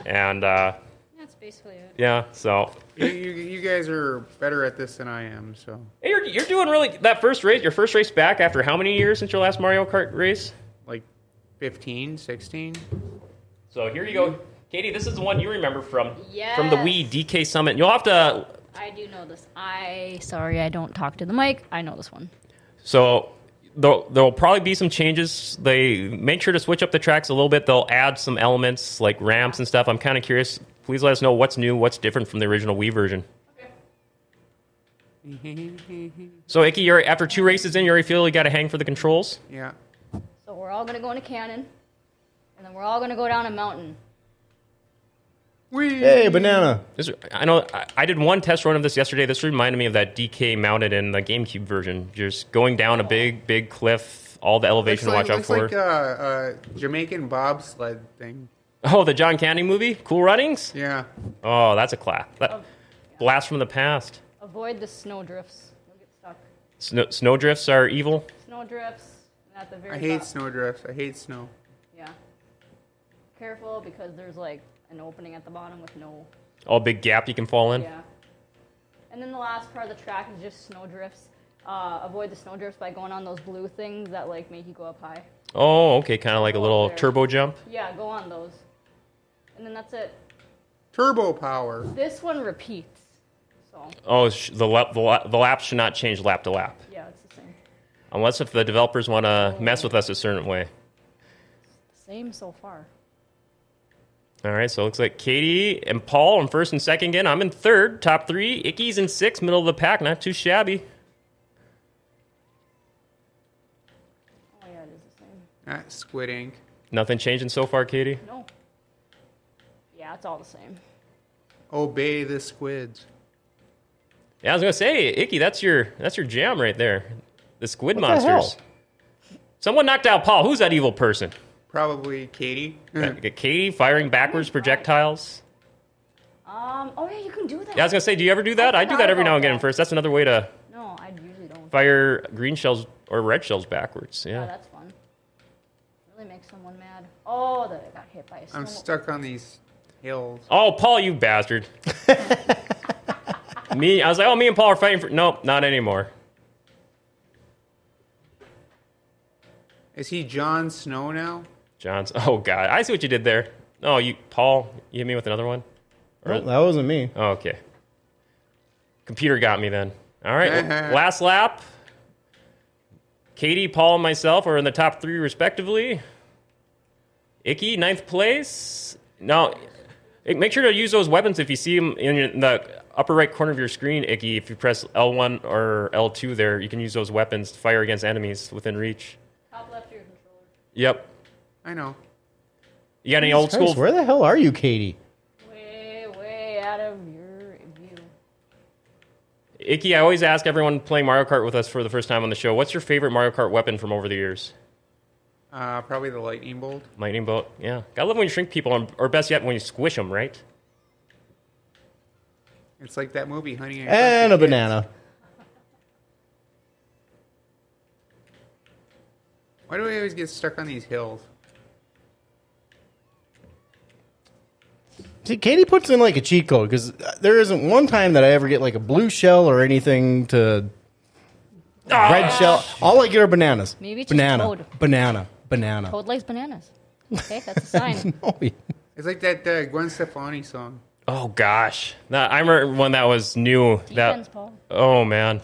[SPEAKER 1] and uh,
[SPEAKER 3] That's basically it.
[SPEAKER 1] yeah. So
[SPEAKER 4] You, you, you guys are better at this than I am, so.
[SPEAKER 1] Hey, you're you're doing really that first race. Your first race back after how many years since your last Mario Kart race?
[SPEAKER 4] Like 15, 16?
[SPEAKER 1] So here you go, Katie. This is the one you remember from
[SPEAKER 5] Yes.
[SPEAKER 1] from the Wii DK Summit. You'll have to
[SPEAKER 3] I do know this. I sorry, I don't talk to the mic. I know this one.
[SPEAKER 1] So there'll, there'll probably be some changes. They make sure to switch up the tracks a little bit. They'll add some elements like ramps and stuff. I'm kind of curious. Please let us know what's new, what's different from the original Wii version. So Icky, you're after two races in, you already feel you got a hang for the controls.
[SPEAKER 4] Yeah.
[SPEAKER 3] So we're all gonna go in a cannon, and then we're all gonna go down a mountain.
[SPEAKER 4] We.
[SPEAKER 6] Hey, banana.
[SPEAKER 1] This, I know I, I did one test run of this yesterday. This reminded me of that DK mounted in the GameCube version, just going down a big, big cliff. All the
[SPEAKER 4] Looks
[SPEAKER 1] elevation
[SPEAKER 4] like,
[SPEAKER 1] to watch out
[SPEAKER 4] looks
[SPEAKER 1] for.
[SPEAKER 4] like a, a Jamaican bobsled thing.
[SPEAKER 1] oh, the John Candy movie, Cool Runnings.
[SPEAKER 4] Yeah.
[SPEAKER 1] Oh, that's a clap. That- Blast from the past.
[SPEAKER 3] Avoid the snow drifts. You'll get stuck.
[SPEAKER 1] Snow, snow drifts are evil.
[SPEAKER 3] Snow drifts. and At the very
[SPEAKER 4] I hate
[SPEAKER 3] top.
[SPEAKER 4] snow drifts. I hate snow.
[SPEAKER 3] Yeah. Careful because there's like an opening at the bottom with no.
[SPEAKER 1] All big gap you can fall in.
[SPEAKER 3] Yeah. And then the last part of the track is just snow drifts. Uh, avoid the snow drifts by going on those blue things that like make you go up high.
[SPEAKER 1] Oh, okay, kind of like a
[SPEAKER 3] Go up
[SPEAKER 1] little
[SPEAKER 3] there.
[SPEAKER 1] turbo jump.
[SPEAKER 3] Yeah, go on those. And then that's it.
[SPEAKER 4] Turbo power.
[SPEAKER 3] This one repeats. So
[SPEAKER 1] Oh, sh- the lap, the, la- the lap should not change lap to lap,
[SPEAKER 3] yeah, it's the same.
[SPEAKER 1] unless if the developers want to mess with us a certain way.
[SPEAKER 3] Same so far.
[SPEAKER 1] All right, so it looks like Katie and Paul in first and second again. I'm in third, top three. Icky's in sixth, middle of the pack, not too shabby.
[SPEAKER 3] Oh yeah, it is the same.
[SPEAKER 4] Not squid ink.
[SPEAKER 1] Nothing changing so far, Katie.
[SPEAKER 3] No. Yeah, it's all the same.
[SPEAKER 4] Obey the squids.
[SPEAKER 1] Yeah, I was gonna say, Icky, that's your that's your jam right there. The squid
[SPEAKER 2] What the
[SPEAKER 1] monsters.
[SPEAKER 2] hell?
[SPEAKER 1] Someone knocked out Paul. Who's that evil person?
[SPEAKER 4] Probably Katie.
[SPEAKER 1] Uh,
[SPEAKER 2] Mm.
[SPEAKER 1] Katie firing backwards projectiles.
[SPEAKER 3] Um. Oh yeah, you can do that.
[SPEAKER 1] Yeah, I was gonna say, do you ever do that? I do that every now and again. First, that's another way to
[SPEAKER 3] No, I usually don't.
[SPEAKER 1] fire green shells or red shells backwards.
[SPEAKER 3] Yeah,
[SPEAKER 1] Yeah.
[SPEAKER 3] Oh, that's fun. Really makes someone mad. Oh, that I got hit by a
[SPEAKER 4] I'm
[SPEAKER 3] snowball.
[SPEAKER 4] stuck on these hills.
[SPEAKER 1] Oh, Paul, you bastard. me, I was like, oh, me and Paul are fighting for. Nope, not anymore.
[SPEAKER 4] Is he Jon Snow now?
[SPEAKER 1] John's. Oh God, I see what you did there. Oh, you, Paul, you hit me with another one. Or-
[SPEAKER 6] Nope, that wasn't me.
[SPEAKER 1] Oh, okay. Computer got me then. All right. well, last lap. Katie, Paul, and myself are in the top three respectively. Icky, ninth place. Now, eh, make sure to use those weapons if you see them in your- in the upper right corner of your screen, Icky. If you press L1 or L2 there, you can use those weapons to fire against enemies within reach.
[SPEAKER 3] Top left of your controller.
[SPEAKER 1] Yep.
[SPEAKER 4] I know.
[SPEAKER 1] You got any old
[SPEAKER 6] Jesus Christ,
[SPEAKER 1] school?
[SPEAKER 6] Where the hell are you, Katie?
[SPEAKER 3] Way, way out of your view.
[SPEAKER 1] Icky, I always ask everyone playing Mario Kart with us for the first time on the show, what's your favorite Mario Kart weapon from over the years?
[SPEAKER 4] Uh, probably the lightning bolt.
[SPEAKER 1] Lightning bolt, yeah. I love when you shrink people, and- or best yet, when you squish them, right?
[SPEAKER 4] It's like that movie, Honey. I Shrunk
[SPEAKER 6] And
[SPEAKER 4] the
[SPEAKER 6] a
[SPEAKER 4] Kids.
[SPEAKER 6] Eh, banana.
[SPEAKER 4] Why do we always get stuck on these hills?
[SPEAKER 6] See, Katie puts in like a cheat code because there isn't one time that I ever get like a blue shell or anything to Ah! red shell. All I get are bananas.
[SPEAKER 3] Ah, Maybe it's just
[SPEAKER 6] banana,
[SPEAKER 3] Toad.
[SPEAKER 6] banana, banana. [LAUGHS] Oh,
[SPEAKER 3] Toad likes bananas. Okay,
[SPEAKER 1] [LAUGHS]
[SPEAKER 3] that's a sign.
[SPEAKER 6] No, he-
[SPEAKER 4] It's like that uh, Gwen Stefani song.
[SPEAKER 1] Oh, gosh. That, I remember when that was new.
[SPEAKER 3] Depends,
[SPEAKER 1] That,
[SPEAKER 3] Paul.
[SPEAKER 1] oh, man.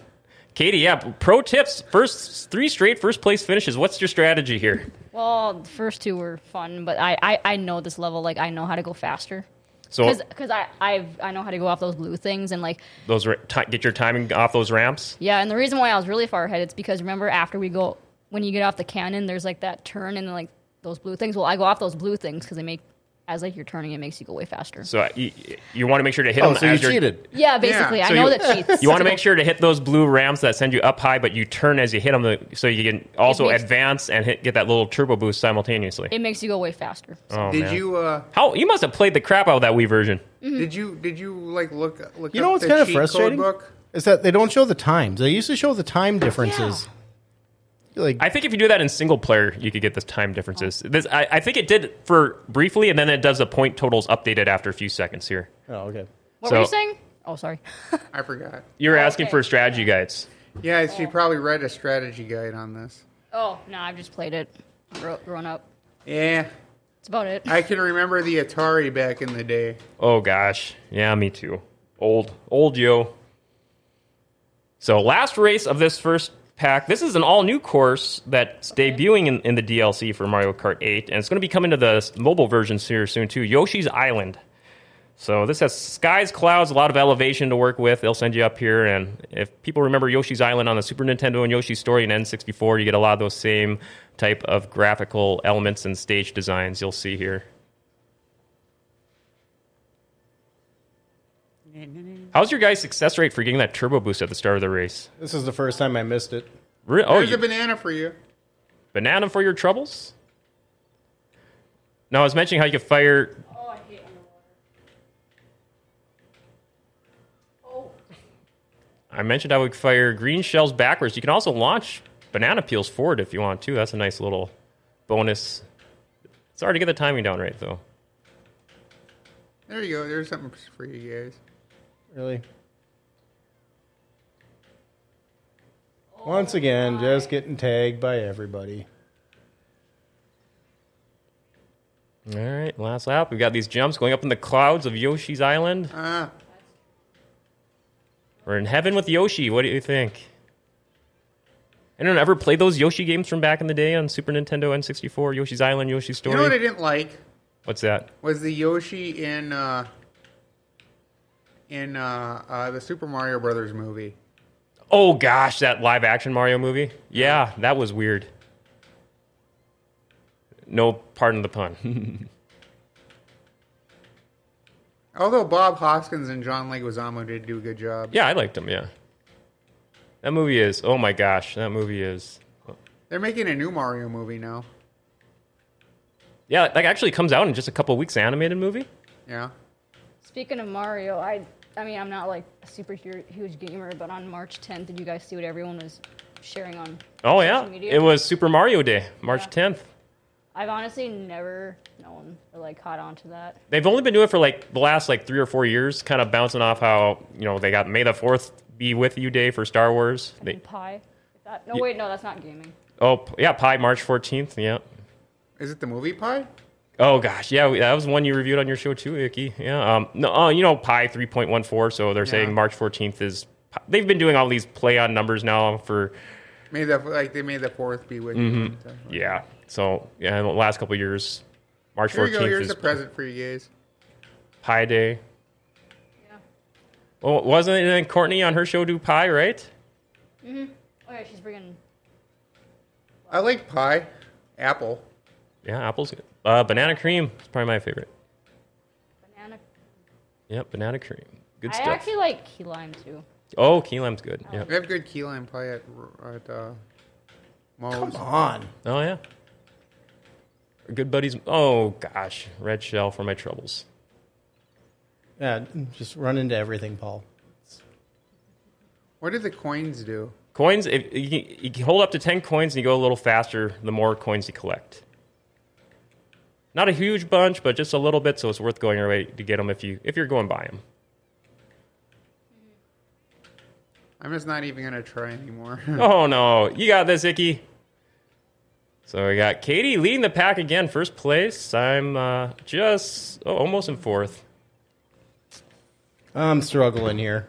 [SPEAKER 1] Katie, yeah, pro tips. First, three straight first place finishes. What's your strategy here?
[SPEAKER 3] Well, the first two were fun, but I, I, I know this level. Like, I know how to go faster.
[SPEAKER 1] So,
[SPEAKER 3] Because I, I've, I know how to go off those blue things. And, like,
[SPEAKER 1] those ra- ti get your timing off those ramps.
[SPEAKER 3] yeah, and the reason why I was really far ahead is because remember, after we go, when you get off the cannon, there's like that turn and then, like, those blue things. Well, I go off those blue things because they make, as like you're turning, it makes you go way faster.
[SPEAKER 1] So, uh, you, you want to make sure to hit
[SPEAKER 6] oh,
[SPEAKER 1] them
[SPEAKER 6] so you
[SPEAKER 1] as you're-
[SPEAKER 6] cheated.
[SPEAKER 3] Yeah, basically.
[SPEAKER 1] So
[SPEAKER 3] I know
[SPEAKER 1] you- [LAUGHS]
[SPEAKER 3] that cheats.
[SPEAKER 1] You want to make sure to hit those blue ramps that send you up high, but you turn as you hit them, so you can also
[SPEAKER 3] makes-
[SPEAKER 1] advance and hit, get that little turbo boost simultaneously.
[SPEAKER 3] It makes you go way faster.
[SPEAKER 1] oh,
[SPEAKER 4] did
[SPEAKER 1] man.
[SPEAKER 4] you uh,
[SPEAKER 1] How you must have played the crap out of that Wii version.
[SPEAKER 4] did you did you like look look
[SPEAKER 6] You
[SPEAKER 4] up
[SPEAKER 6] know what's
[SPEAKER 4] the
[SPEAKER 6] kind of
[SPEAKER 4] cheat
[SPEAKER 6] frustrating?
[SPEAKER 4] code book?
[SPEAKER 6] Is that they don't show the times? They used to show the time differences. Like
[SPEAKER 1] I think if you do that in single player, you could get the time differences. This, I, I think it did for briefly, and then it does the point totals updated after a few seconds here.
[SPEAKER 6] oh, okay.
[SPEAKER 3] What
[SPEAKER 1] So-
[SPEAKER 3] were you saying? Oh, sorry.
[SPEAKER 4] I forgot.
[SPEAKER 1] You're asking
[SPEAKER 3] Okay.
[SPEAKER 1] for strategy guides.
[SPEAKER 4] Yeah, she probably read a strategy guide on this.
[SPEAKER 3] Oh, no, I've just played it grow- grown up.
[SPEAKER 4] Yeah,
[SPEAKER 3] That's about it.
[SPEAKER 4] I can remember the Atari back in the day.
[SPEAKER 1] Oh gosh, yeah, me too. Old, old yo. So last race of this first pack. This is an all new course that's debuting in, in the DLC for Mario Kart 8, and it's going to be coming to the s- mobile versions here soon too. Yoshi's Island. So this has skies, clouds, a lot of elevation to work with. They'll send you up here, and if people remember Yoshi's Island on the Super Nintendo and Yoshi's Story and N64, you get a lot of those same type of graphical elements and stage designs you'll see here. How's your guys' success rate for getting that turbo boost at the start of the race?
[SPEAKER 6] This is the first time I missed it.
[SPEAKER 1] Re- oh,
[SPEAKER 4] There's
[SPEAKER 1] you,
[SPEAKER 4] a banana for you.
[SPEAKER 1] banana for your troubles? No, I was mentioning how you could fire.
[SPEAKER 5] Oh, I hate underwater. Oh,
[SPEAKER 1] I mentioned how we could fire green shells backwards. You can also launch banana peels forward if you want to. That's a nice little bonus. It's hard to get the timing down right, though.
[SPEAKER 4] There you go. There's something for you guys.
[SPEAKER 6] Really. Once again, just getting tagged by everybody.
[SPEAKER 1] All right, last lap. We've got these jumps going up in the clouds of Yoshi's Island.
[SPEAKER 4] Ah,
[SPEAKER 1] We're in heaven with Yoshi. What do you think? Anyone ever play those Yoshi games from back in the day on Super Nintendo, N64, Yoshi's Island, Yoshi's Story?
[SPEAKER 4] you know what I didn't like
[SPEAKER 1] What's that?
[SPEAKER 4] was the Yoshi in uh, in uh, uh, the Super Mario Brothers movie.
[SPEAKER 1] Oh gosh, that live action Mario movie. Yeah, that was weird.
[SPEAKER 4] [LAUGHS]
[SPEAKER 1] No, pardon the pun.
[SPEAKER 4] Although Bob Hoskins and John Leguizamo did do a good job.
[SPEAKER 1] Yeah, I liked him. Yeah, that movie is. Oh my gosh, that movie is.
[SPEAKER 4] They're making a new Mario movie now.
[SPEAKER 1] Yeah, like actually comes out in just a couple of weeks. Animated movie.
[SPEAKER 4] Yeah.
[SPEAKER 3] Speaking of Mario, I I mean I'm not like a super hu- huge gamer, but on March 10th, did you guys see what everyone was sharing on?
[SPEAKER 1] Oh yeah,
[SPEAKER 3] Social media.
[SPEAKER 1] it was Super Mario Day, March
[SPEAKER 3] Yeah.
[SPEAKER 1] 10th.
[SPEAKER 3] I've honestly never known or like caught on to that.
[SPEAKER 1] They've only been doing it for like the last like three or four years, kind of bouncing off how you know they got May the Fourth be with you day for Star Wars. They,
[SPEAKER 3] And pie. Is that- no
[SPEAKER 1] Ye-
[SPEAKER 3] wait, no, that's not gaming.
[SPEAKER 1] oh yeah, Pi March 14th. Yeah.
[SPEAKER 4] Is it the movie Pie?
[SPEAKER 1] Oh gosh, yeah, we- that was one you reviewed on your show too, Icky. Yeah, um, no, uh, you know Pi three point one four. So they're saying March fourteenth is. Pi- They've been doing all these play on numbers now for
[SPEAKER 4] Made the like they made the fourth be with you.
[SPEAKER 1] Mm-hmm. yeah. So yeah, in the last couple of years, March
[SPEAKER 4] Here you
[SPEAKER 1] fourteenth
[SPEAKER 4] go. Here's
[SPEAKER 1] is
[SPEAKER 4] a present for you guys.
[SPEAKER 1] Pi Day. Well, wasn't it then Courtney on her show do Pi right?
[SPEAKER 3] Oh yeah, she's bringing.
[SPEAKER 4] I like pie. Apple.
[SPEAKER 1] Yeah, apples. Uh, banana cream is probably my favorite.
[SPEAKER 3] Banana.
[SPEAKER 1] Yep, banana cream. Good
[SPEAKER 3] I
[SPEAKER 1] stuff.
[SPEAKER 3] actually like key lime too.
[SPEAKER 1] oh, key lime's good. Yep.
[SPEAKER 4] We have good key lime pie at at uh, Moe's.
[SPEAKER 6] on.
[SPEAKER 1] Oh yeah. Our Good buddies. Oh gosh, red shell for my troubles.
[SPEAKER 6] Yeah, just run into everything, Paul.
[SPEAKER 4] What did the coins do?
[SPEAKER 1] Coins. If you, can- you can hold up to ten coins and you go a little faster, the more coins you collect. Not a huge bunch, but just a little bit, so it's worth going your way to get them if you if you're going by them.
[SPEAKER 4] I'm just not even gonna try anymore. [LAUGHS]
[SPEAKER 1] Oh no, you got this, Icky. So we got Katie leading the pack again, first place. I'm uh, just oh, almost in fourth.
[SPEAKER 6] I'm struggling here.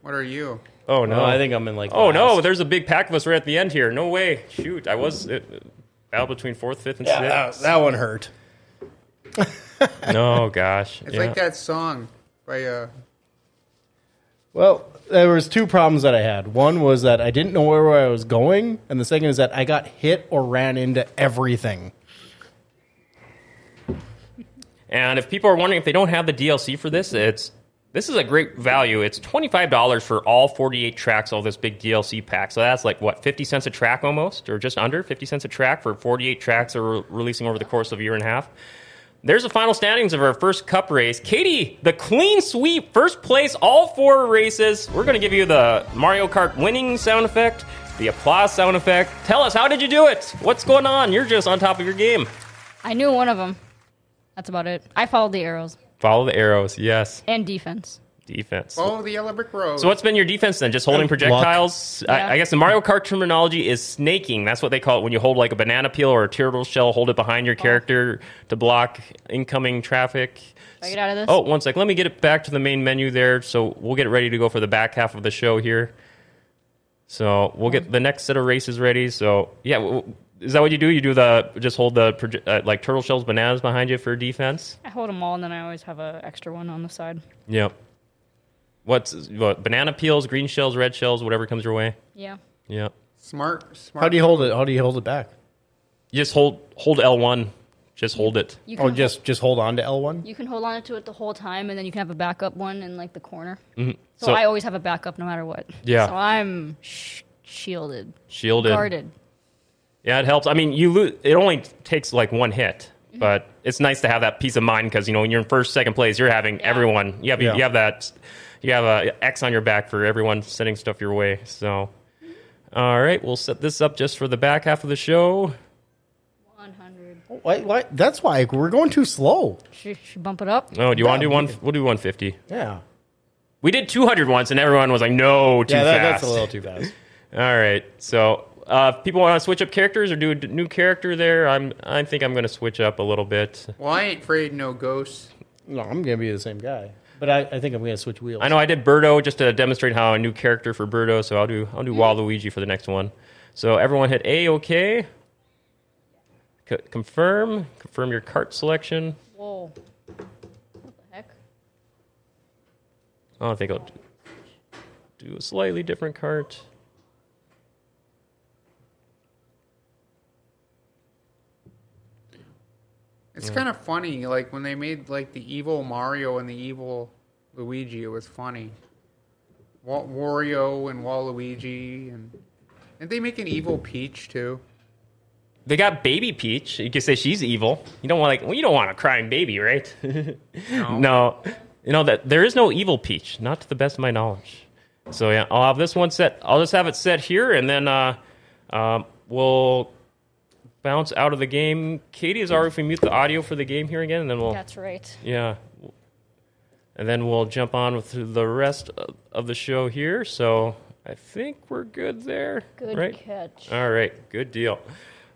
[SPEAKER 4] what are you?
[SPEAKER 1] Oh no,
[SPEAKER 6] No, I think I'm in like.
[SPEAKER 1] Oh no,
[SPEAKER 6] last.
[SPEAKER 1] there's a big pack of us right at the end here. No way. Shoot, I was it, battle between fourth, fifth, and
[SPEAKER 6] Yeah, that,
[SPEAKER 1] sixth.
[SPEAKER 6] that one hurt.
[SPEAKER 1] no, gosh.
[SPEAKER 4] It's
[SPEAKER 1] yeah.
[SPEAKER 4] like that song by uh,
[SPEAKER 6] Well, there was two problems that I had. One was that I didn't know where I was going, and the second is that I got hit or ran into everything.
[SPEAKER 1] And if people are wondering if they don't have the DLC for this, it's this is a great value. It's twenty five dollars for all forty eight tracks of this big DLC pack. So that's like what fifty cents a track almost, or just under fifty cents a track for forty eight tracks that we're releasing over the course of a year and a half. There's the final standings of our first cup race. Katie, the clean sweep, first place, all four races. We're going to give you the Mario Kart winning sound effect, the applause sound effect. Tell us, how did you do it? What's going on? You're just on top of your game.
[SPEAKER 3] I knew one of them. That's about it. I followed the arrows
[SPEAKER 1] Follow the arrows, yes.
[SPEAKER 3] and defense.
[SPEAKER 1] Defense.
[SPEAKER 4] "Follow oh, the Yellow Brick Road."
[SPEAKER 1] So what's been your defense then? Just holding
[SPEAKER 6] Luck.
[SPEAKER 1] projectiles?
[SPEAKER 3] Yeah.
[SPEAKER 1] I, I guess the Mario Kart terminology is snaking. That's what they call it when you hold like a banana peel or a turtle shell, hold it behind
[SPEAKER 3] Oh.
[SPEAKER 1] your character to block incoming traffic.
[SPEAKER 3] Do I get out of this?
[SPEAKER 1] Oh, one sec. Let me get it back to the main menu there. So we'll get ready to go for the back half of the show here. So we'll get the next set of races ready. So yeah, w- w- is that what you do? You do the just hold the proje- uh, like turtle shells, bananas behind you for defense.
[SPEAKER 3] I hold them all, and then I always have a extra one on the side.
[SPEAKER 1] Yep. What's what? Banana peels, green shells, red shells, whatever comes your way.
[SPEAKER 3] Yeah.
[SPEAKER 1] Yeah.
[SPEAKER 4] smart? Smart.
[SPEAKER 6] How do you hold it? How do you hold it back?
[SPEAKER 1] You just hold hold L one. Just hold it.
[SPEAKER 3] You can
[SPEAKER 6] Oh, just just hold on to L one.
[SPEAKER 3] you can hold on to it the whole time, and then you can have a backup one in like the corner. So,
[SPEAKER 1] Mm-hmm. So-
[SPEAKER 3] I always have a backup no matter what.
[SPEAKER 1] Yeah.
[SPEAKER 3] So I'm sh- shielded,
[SPEAKER 1] Shielded.
[SPEAKER 3] guarded.
[SPEAKER 1] Yeah, it helps. I mean, you lose. It only takes like one hit, but it's nice to have that peace of mind because you know when you're in first, second place, you're having everyone. You have
[SPEAKER 6] Yeah.
[SPEAKER 1] you have that. You have a X on your back for everyone sending stuff your way. So, all right, we'll set this up just for the back half of the show.
[SPEAKER 3] 100.
[SPEAKER 6] Why, why, that's why we're going too slow.
[SPEAKER 3] Should, should bump it up?
[SPEAKER 1] Oh, do you want to do
[SPEAKER 6] Yeah, we
[SPEAKER 1] one? We'll do 150.
[SPEAKER 6] Yeah,
[SPEAKER 1] We did 200 once, and everyone was like, "No, too
[SPEAKER 6] yeah, that,
[SPEAKER 1] fast."
[SPEAKER 6] that's a little too [LAUGHS] fast.
[SPEAKER 1] All right. So, uh, if people want to switch up characters or do a d- new character there, I'm I think I'm going to switch up a little bit.
[SPEAKER 4] well, I ain't afraid of no ghosts.
[SPEAKER 6] no, I'm gonna be the same guy, but I, I think I'm gonna switch wheels.
[SPEAKER 1] I know I did Birdo just to demonstrate how a new character for Birdo, so I'll do I'll do Waluigi for the next one. So, everyone hit A okay. C- confirm, confirm your cart selection.
[SPEAKER 3] Whoa. What the heck?
[SPEAKER 1] Oh, I think I'll d- do a slightly different cart.
[SPEAKER 4] Is It's kind of funny, like when they made like the evil Mario and the evil Luigi. It was funny. Wa- Wario and Waluigi, and did they make an evil Peach too?
[SPEAKER 1] They got Baby Peach. You can say she's evil. You don't want like well, you don't want a crying baby, right? [LAUGHS] no. You know that there is no evil Peach, not to the best of my knowledge. So yeah, I'll have this one set. I'll just have it set here, and then uh, um, we'll bounce out of the game. Katie is already if we mute the audio for the game here again, and then we'll
[SPEAKER 3] That's right.
[SPEAKER 1] yeah. And then we'll jump on with the rest of- of the show here. So I think we're good there.
[SPEAKER 3] Good
[SPEAKER 1] right?
[SPEAKER 3] catch.
[SPEAKER 1] All right, good deal.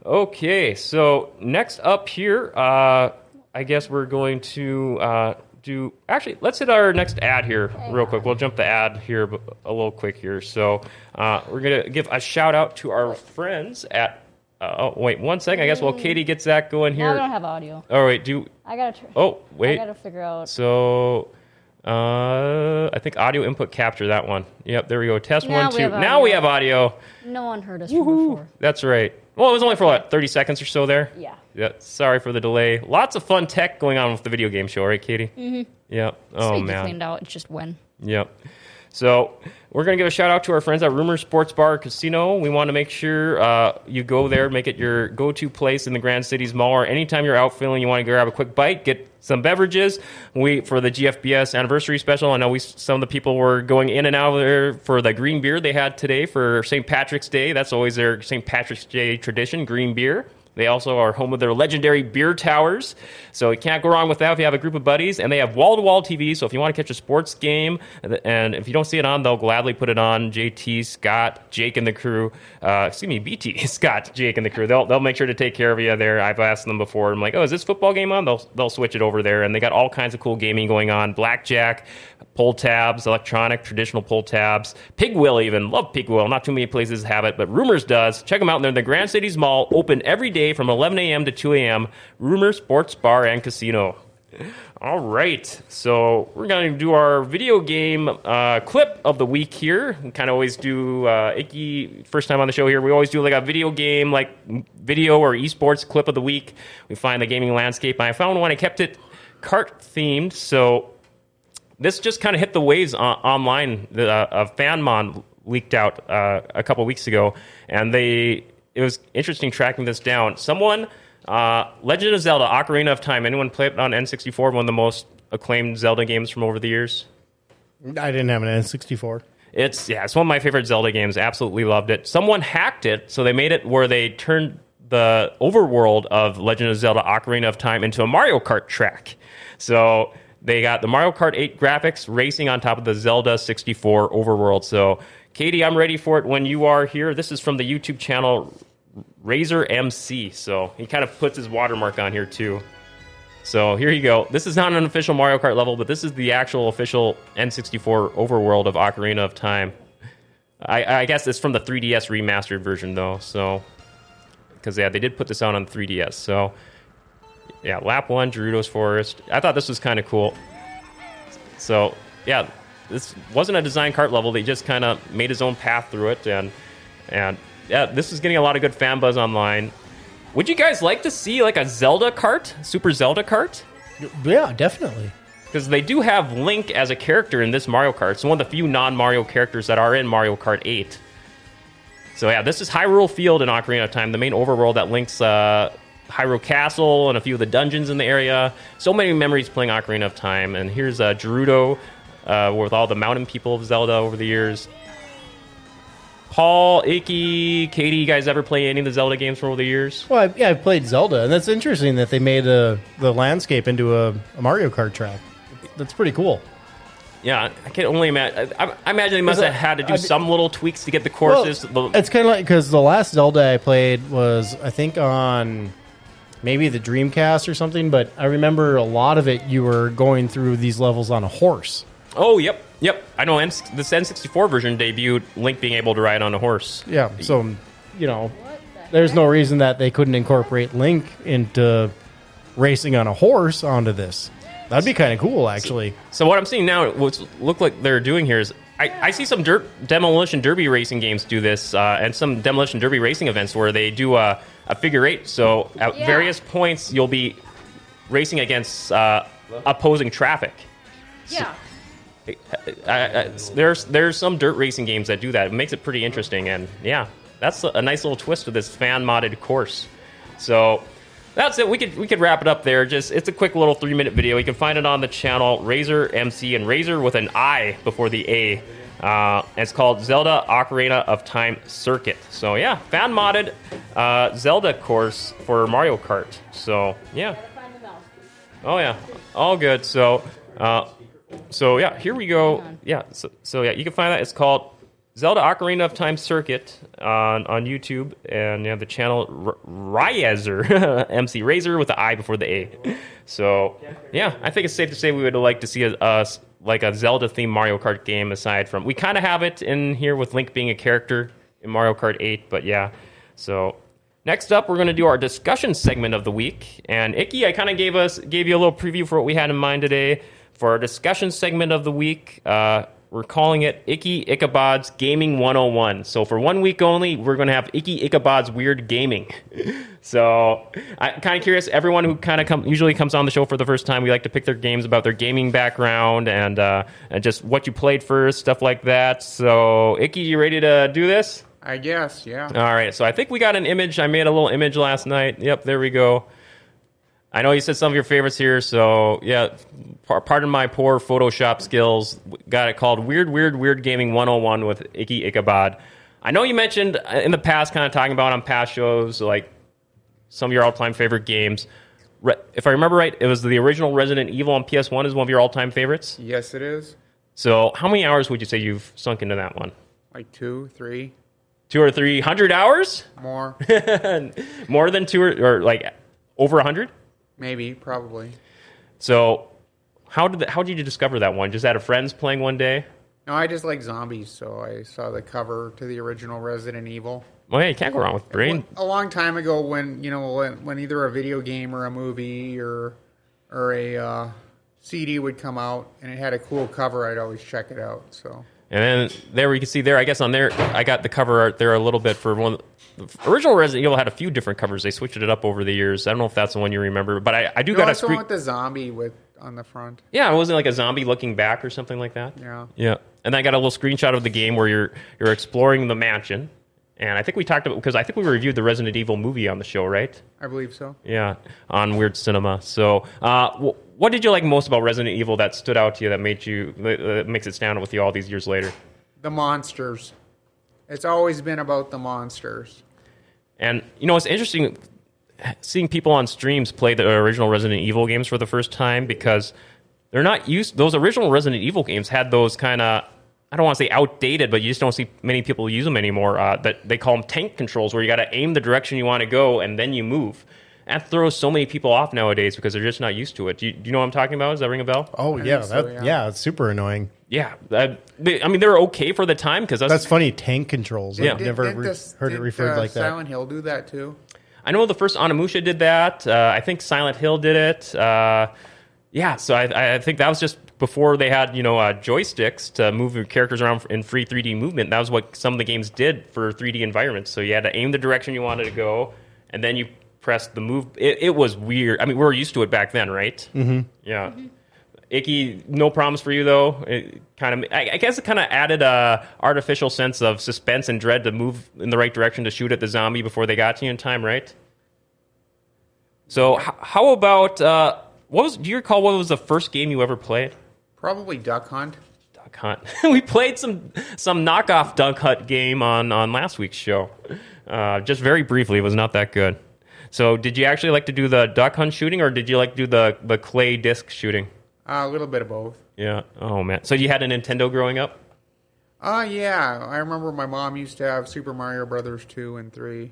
[SPEAKER 1] Okay, so next up here, uh, I guess we're going to uh, do. Actually, let's hit our next ad here real quick. We'll jump the ad here b- a little quick here. So uh, we're gonna give a shout out to our friends at. Uh, oh wait, one second. I guess while Katie gets that going
[SPEAKER 3] Now I don't
[SPEAKER 1] here.
[SPEAKER 3] have audio.
[SPEAKER 1] All right, do.
[SPEAKER 3] I gotta. Tr-
[SPEAKER 1] Oh
[SPEAKER 3] I
[SPEAKER 1] wait.
[SPEAKER 3] gotta figure out.
[SPEAKER 1] So uh, I think audio input capture that one. Yep, there we go. Test
[SPEAKER 3] Now
[SPEAKER 1] one,
[SPEAKER 3] we
[SPEAKER 1] two.
[SPEAKER 3] have
[SPEAKER 1] Now we
[SPEAKER 3] audio.
[SPEAKER 1] have audio.
[SPEAKER 3] No one heard us from before.
[SPEAKER 1] That's right. Well, it was only for what, 30 seconds or so there?
[SPEAKER 3] Yeah.
[SPEAKER 1] Yeah. Sorry for the delay. Lots of fun tech going on with the video game show, right, Katie? Mm-hmm. Yep. Oh,
[SPEAKER 3] Sweet, you
[SPEAKER 1] man.
[SPEAKER 3] cleaned out. It's just when.
[SPEAKER 1] Yep. So we're going to give a shout out to our friends at Rumor Sports Bar Casino. We want to make sure uh, you go there, make it your go-to place in the Grand Cities Mall, or anytime you're out feeling you want to grab a quick bite, get some beverages. We for the GFBS anniversary special. I know we some of the people were going in and out of there for the green beer they had today for St. Patrick's Day. That's always their St. Patrick's Day tradition, green beer. They also are home of their legendary beer towers. So you can't go wrong with that if you have a group of buddies. And they have wall to wall TV. So if you want to catch a sports game, and if you don't see it on, they'll gladly put it on. JT, Scott, Jake, and the crew. Uh, excuse me, BT, [LAUGHS] Scott, Jake, and the crew. They'll, they'll make sure to take care of you there. I've asked them before. I'm like, oh, is this football game on? They'll, they'll switch it over there. And they got all kinds of cool gaming going on blackjack, pull tabs, electronic, traditional pull tabs, Pigwheel even. Love Pigwheel. Not too many places have it, but Rumors does. Check them out. They're in the Grand Cities Mall, open every day from 11 a.m. to 2 a.m. Rumor Sports Bar and Casino. All right, so we're going to do our video game uh, clip of the week here. We kind of always do uh, Icky first time on the show here. We always do like a video game, like m- video or esports clip of the week. We find the gaming landscape. I found one. I kept it cart themed, so this just kind of hit the waves on, online. The, uh, a fanmon leaked out uh, a couple weeks ago, and they it was interesting tracking this down. Someone, uh, Legend of Zelda: Ocarina of Time. Anyone play it on N64? One of the most acclaimed Zelda games from over the years.
[SPEAKER 2] I didn't have an N64.
[SPEAKER 1] It's yeah, it's one of my favorite Zelda games. Absolutely loved it. Someone hacked it, so they made it where they turned the overworld of Legend of Zelda: Ocarina of Time into a Mario Kart track. So they got the Mario Kart 8 graphics racing on top of the Zelda 64 overworld. So Katie, I'm ready for it when you are here. This is from the YouTube channel Razor MC. So he kind of puts his watermark on here too. So here you go. This is not an official Mario Kart level, but this is the actual official N64 overworld of Ocarina of Time. I, I guess it's from the 3DS remastered version though. So because yeah, they did put this out on 3DS. So yeah, lap one, Gerudo's Forest. I thought this was kind of cool. So yeah, this wasn't a design cart level. They just kind of made his own path through it, and and yeah, this is getting a lot of good fan buzz online. Would you guys like to see like a Zelda cart, Super Zelda cart?
[SPEAKER 2] Yeah, definitely.
[SPEAKER 1] Because they do have Link as a character in this Mario Kart. It's one of the few non-Mario characters that are in Mario Kart 8. So yeah, this is Hyrule Field in Ocarina of Time, the main overworld that links uh, Hyrule Castle and a few of the dungeons in the area. So many memories playing Ocarina of Time, and here's uh, Gerudo uh, with all the mountain people of Zelda over the years. Paul, Icky, Katie, you guys ever play any of the Zelda games from over the years?
[SPEAKER 2] Well, I, yeah, I played Zelda, and that's interesting that they made uh the landscape into a, a Mario Kart track. That's pretty cool.
[SPEAKER 1] Yeah, I can only imagine. I, I imagine they must
[SPEAKER 2] Is it-
[SPEAKER 1] have had to do
[SPEAKER 2] I-
[SPEAKER 1] some little tweaks to get the courses.
[SPEAKER 2] Well,
[SPEAKER 1] the,
[SPEAKER 2] it's kind of like because the last Zelda I played was I think on maybe the Dreamcast or something, but I remember a lot of it. You were going through these levels on a horse.
[SPEAKER 1] oh, yep, yep. I know N- this N64 version debuted Link being able to ride on a horse.
[SPEAKER 2] Yeah, so you know, there's no reason that they couldn't incorporate Link into racing on a horse onto this. That'd be kind of cool, actually.
[SPEAKER 1] So what I'm seeing now, what's look like they're doing here is I, I see some dirt, demolition derby racing games do this, uh, and some demolition derby racing events where they do a, a figure eight. So at
[SPEAKER 3] Yeah.
[SPEAKER 1] various points, you'll be racing against uh, opposing traffic.
[SPEAKER 5] Yeah.
[SPEAKER 1] I, I, there's there's some dirt racing games that do that. It makes it pretty interesting, and yeah, that's a, a nice little twist to this fan modded course. So that's it. We could we could wrap it up there. Just it's a quick little three minute video. You can find it on the channel Razor MC and Razor with an I before the A. Uh, it's called Zelda Ocarina of Time Circuit. So yeah, fan modded uh, Zelda course for Mario Kart. So yeah.
[SPEAKER 5] Find the mouse.
[SPEAKER 1] Oh yeah, all good. So, uh, so yeah, here we go. Yeah, so, so yeah, you can find that. It's called Zelda Ocarina of Time Circuit on on YouTube, and you have the channel R- [LAUGHS] Riezer, MC Razor with the I before the A. So yeah, I think it's safe to say we would like to see a, a s- like a Zelda themed Mario Kart game aside from we kind of have it in here with Link being a character in Mario Kart 8, but yeah, so Next up, we're going to do our discussion segment of the week. And Icky, I kind of gave us gave you a little preview for what we had in mind today for our discussion segment of the week. Uh, we're calling it Icky Ichabod's Gaming 101. So for one week only, we're going to have Icky Ichabod's Weird Gaming. [LAUGHS] so I'm kind of curious. Everyone who kind of come, usually comes on the show for the first time, we like to pick their games about their gaming background and uh, and just what you played first, stuff like that. So Icky, you ready to do this?
[SPEAKER 4] I guess, yeah.
[SPEAKER 1] All right, so I think we got an image. I made a little image last night. Yep, there we go. I know you said some of your favorites here, so yeah, par- pardon my poor Photoshop skills. Got it called Weird, Weird, Weird Gaming 101 with Icky Ichabod. I know you mentioned uh, in the past, kind of talking about on past shows, like some of your all-time favorite games. Re- if I remember right, it was the original Resident Evil on PS1 is one of your all-time favorites.
[SPEAKER 4] Yes, it is.
[SPEAKER 1] So how many hours would you say you've sunk into that one?
[SPEAKER 4] Like two, three,
[SPEAKER 1] Two or three hundred hours?
[SPEAKER 4] more,
[SPEAKER 1] [LAUGHS] more than two or, or like over a hundred.
[SPEAKER 4] maybe, probably.
[SPEAKER 1] So how did the, how did you discover that one? Just out of friends playing one day?
[SPEAKER 4] No, I just like zombies, so I saw the cover to the original Resident Evil.
[SPEAKER 1] Well, yeah, you can't go wrong with brain.
[SPEAKER 4] A long time ago, when you know, when, when either a video game or a movie or or a uh, CD would come out and it had a cool cover, I'd always check it out. So
[SPEAKER 1] And then there we can see there. I guess on there, I got the cover art there a little bit for one. The original Resident Evil had a few different covers. They switched it up over the years. I don't know if that's the one you remember, but I, I do
[SPEAKER 4] you
[SPEAKER 1] got
[SPEAKER 4] no,
[SPEAKER 1] a
[SPEAKER 4] it's the one
[SPEAKER 1] screen.
[SPEAKER 4] with the zombie with on the front.
[SPEAKER 1] yeah, it wasn't like a zombie looking back or something like that.
[SPEAKER 4] Yeah,
[SPEAKER 1] Yeah. And I got a little screenshot of the game where you're you're exploring the mansion. And I think we talked about because I think we reviewed the Resident Evil movie on the show, right?
[SPEAKER 4] I believe so.
[SPEAKER 1] Yeah, on Weird Cinema. So, uh, wh- what did you like most about Resident Evil that stood out to you that made you that makes it stand out with you all these years later?
[SPEAKER 4] The monsters. It's always been about the monsters.
[SPEAKER 1] And you know, it's interesting seeing people on streams play the original Resident Evil games for the first time because they're not used. Those original Resident Evil games had those kind of I don't want to say outdated, but you just don't see many people use them anymore. Uh, that they call them tank controls, where you got to aim the direction you want to go and then you move. That throws so many people off nowadays because they're just not used to it. Do you, do you know what I'm talking about? Does that ring a bell?
[SPEAKER 2] Oh yeah,
[SPEAKER 4] so,
[SPEAKER 2] that,
[SPEAKER 4] yeah.
[SPEAKER 2] yeah. it's super annoying.
[SPEAKER 1] Yeah, that, they, I mean they were okay for the time because
[SPEAKER 2] That's funny. Tank controls. I've
[SPEAKER 4] Did-
[SPEAKER 2] never
[SPEAKER 4] didn't
[SPEAKER 2] re-
[SPEAKER 4] this-
[SPEAKER 2] heard it
[SPEAKER 4] didn't,
[SPEAKER 2] referred
[SPEAKER 4] uh,
[SPEAKER 2] like that.
[SPEAKER 4] Silent Hill do that too.
[SPEAKER 1] I know the first Onimusha did that. Uh, I think Silent Hill did it. Uh, yeah, so I, I think that was just before they had you know uh, joysticks to move your characters around in free 3D movement. That was what some of the games did for 3D environments. So you had to aim the direction you wanted to go, and then you pressed the move. It, it was weird. I mean, we were used to it back then, right? Mm-hmm. Yeah. Icky, no problems for you though. It kind of, I, I guess, it kind of added a artificial sense of suspense and dread to move in the right direction to shoot at the zombie before they got to you in time, right? So, h- how about uh, what was? Do you recall what was the first game you ever played?
[SPEAKER 4] Probably Duck Hunt.
[SPEAKER 1] Duck Hunt. [LAUGHS] we played some some knockoff Duck Hunt game on on last week's show, uh, just very briefly. It was not that good. So, did you actually like to do the Duck Hunt shooting, or did you like to do the the clay disc shooting?
[SPEAKER 4] Uh, a little bit of both.
[SPEAKER 1] Yeah. Oh man. So you had a Nintendo growing up?
[SPEAKER 4] Uh, yeah. I remember my mom used to have Super Mario Brothers 2 and 3.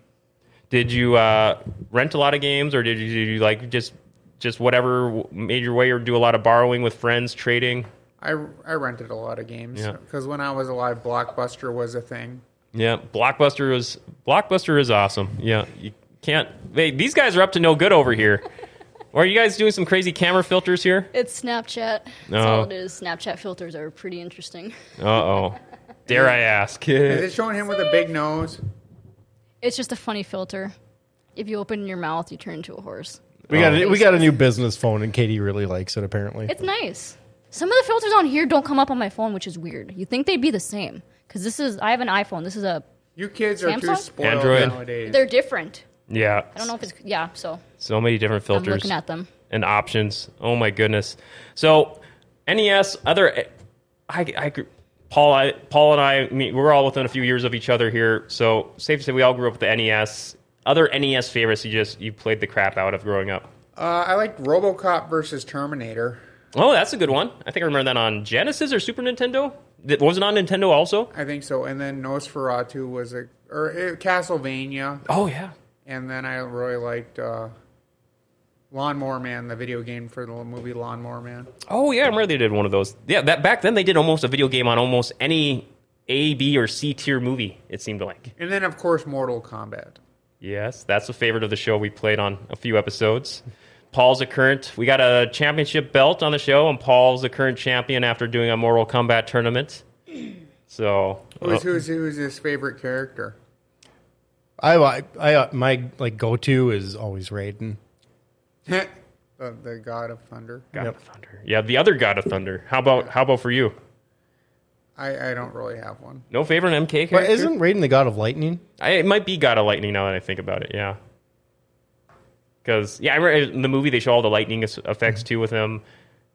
[SPEAKER 1] Did you uh, rent a lot of games, or did you, did you like just just whatever w- made your way, or do a lot of borrowing with friends, trading?
[SPEAKER 4] I, I rented a lot of games
[SPEAKER 1] Yeah.
[SPEAKER 4] because when I was alive, Blockbuster was a thing.
[SPEAKER 1] Yeah, Blockbuster is Blockbuster is awesome. Yeah, you can't. Hey, these guys are up to no good over here. Or are you guys doing some crazy camera filters here?
[SPEAKER 3] It's Snapchat. That's
[SPEAKER 1] No.
[SPEAKER 3] all it is. Snapchat filters are pretty interesting.
[SPEAKER 1] Uh oh. Dare I
[SPEAKER 3] [LAUGHS]
[SPEAKER 1] ask?
[SPEAKER 4] Is it showing him with a big nose?
[SPEAKER 3] It's just a funny filter. If you open your mouth, you turn into a horse.
[SPEAKER 2] We got a, we got a new business phone, and Katie really likes it. Apparently,
[SPEAKER 3] It's nice. Some of the filters on here don't come up on my phone, which is weird. You think they'd be the same because this is I have an iPhone. This is a
[SPEAKER 4] You kids are too
[SPEAKER 3] Samsung?
[SPEAKER 4] spoiled
[SPEAKER 1] Android.
[SPEAKER 4] nowadays.
[SPEAKER 3] they're different.
[SPEAKER 1] Yeah.
[SPEAKER 3] I don't know if it's yeah. So
[SPEAKER 1] So many different
[SPEAKER 3] I'm
[SPEAKER 1] filters.
[SPEAKER 3] looking at them.
[SPEAKER 1] and options. Oh my goodness! So NES, other, I, I, grew- Paul, I, Paul and I, I mean, we're all within a few years of each other here. So safe to say, we all grew up with the NES. Other NES favorites you just you played the crap out of growing up.
[SPEAKER 4] Uh, I like RoboCop versus Terminator.
[SPEAKER 1] Oh, that's a good one. I think I remember that on Genesis or Super Nintendo. That was it on Nintendo also.
[SPEAKER 4] I think so. And then Nosferatu was a or uh, Castlevania.
[SPEAKER 1] Oh yeah,
[SPEAKER 4] And then I really liked uh, Lawnmower Man, the video game for the movie Lawnmower Man.
[SPEAKER 1] Oh yeah, I remember they did one of those. Yeah, that back then they did almost a video game on almost any A, B, or C tier movie. It seemed like.
[SPEAKER 4] And then of course Mortal Kombat.
[SPEAKER 1] Yes, that's a favorite of the show we played on a few episodes. Paul's a current. We got a championship belt on the show, and Paul's a current champion after doing a Mortal Kombat tournament. [CLEARS THROAT] So, uh,
[SPEAKER 4] Who's who's who's his favorite character? [LAUGHS]
[SPEAKER 2] I I, I uh, my like go to is always Raiden.
[SPEAKER 4] the, the God of Thunder.
[SPEAKER 1] God of Thunder. Yeah, the other God of Thunder. How about how about for you?
[SPEAKER 4] I, I don't really have one.
[SPEAKER 1] No favorite MK character.
[SPEAKER 2] But isn't Raiden the god of lightning?
[SPEAKER 1] I, it might be God of Lightning now that I think about it. Yeah. Because yeah, I remember in the movie they show all the lightning es- effects too with him.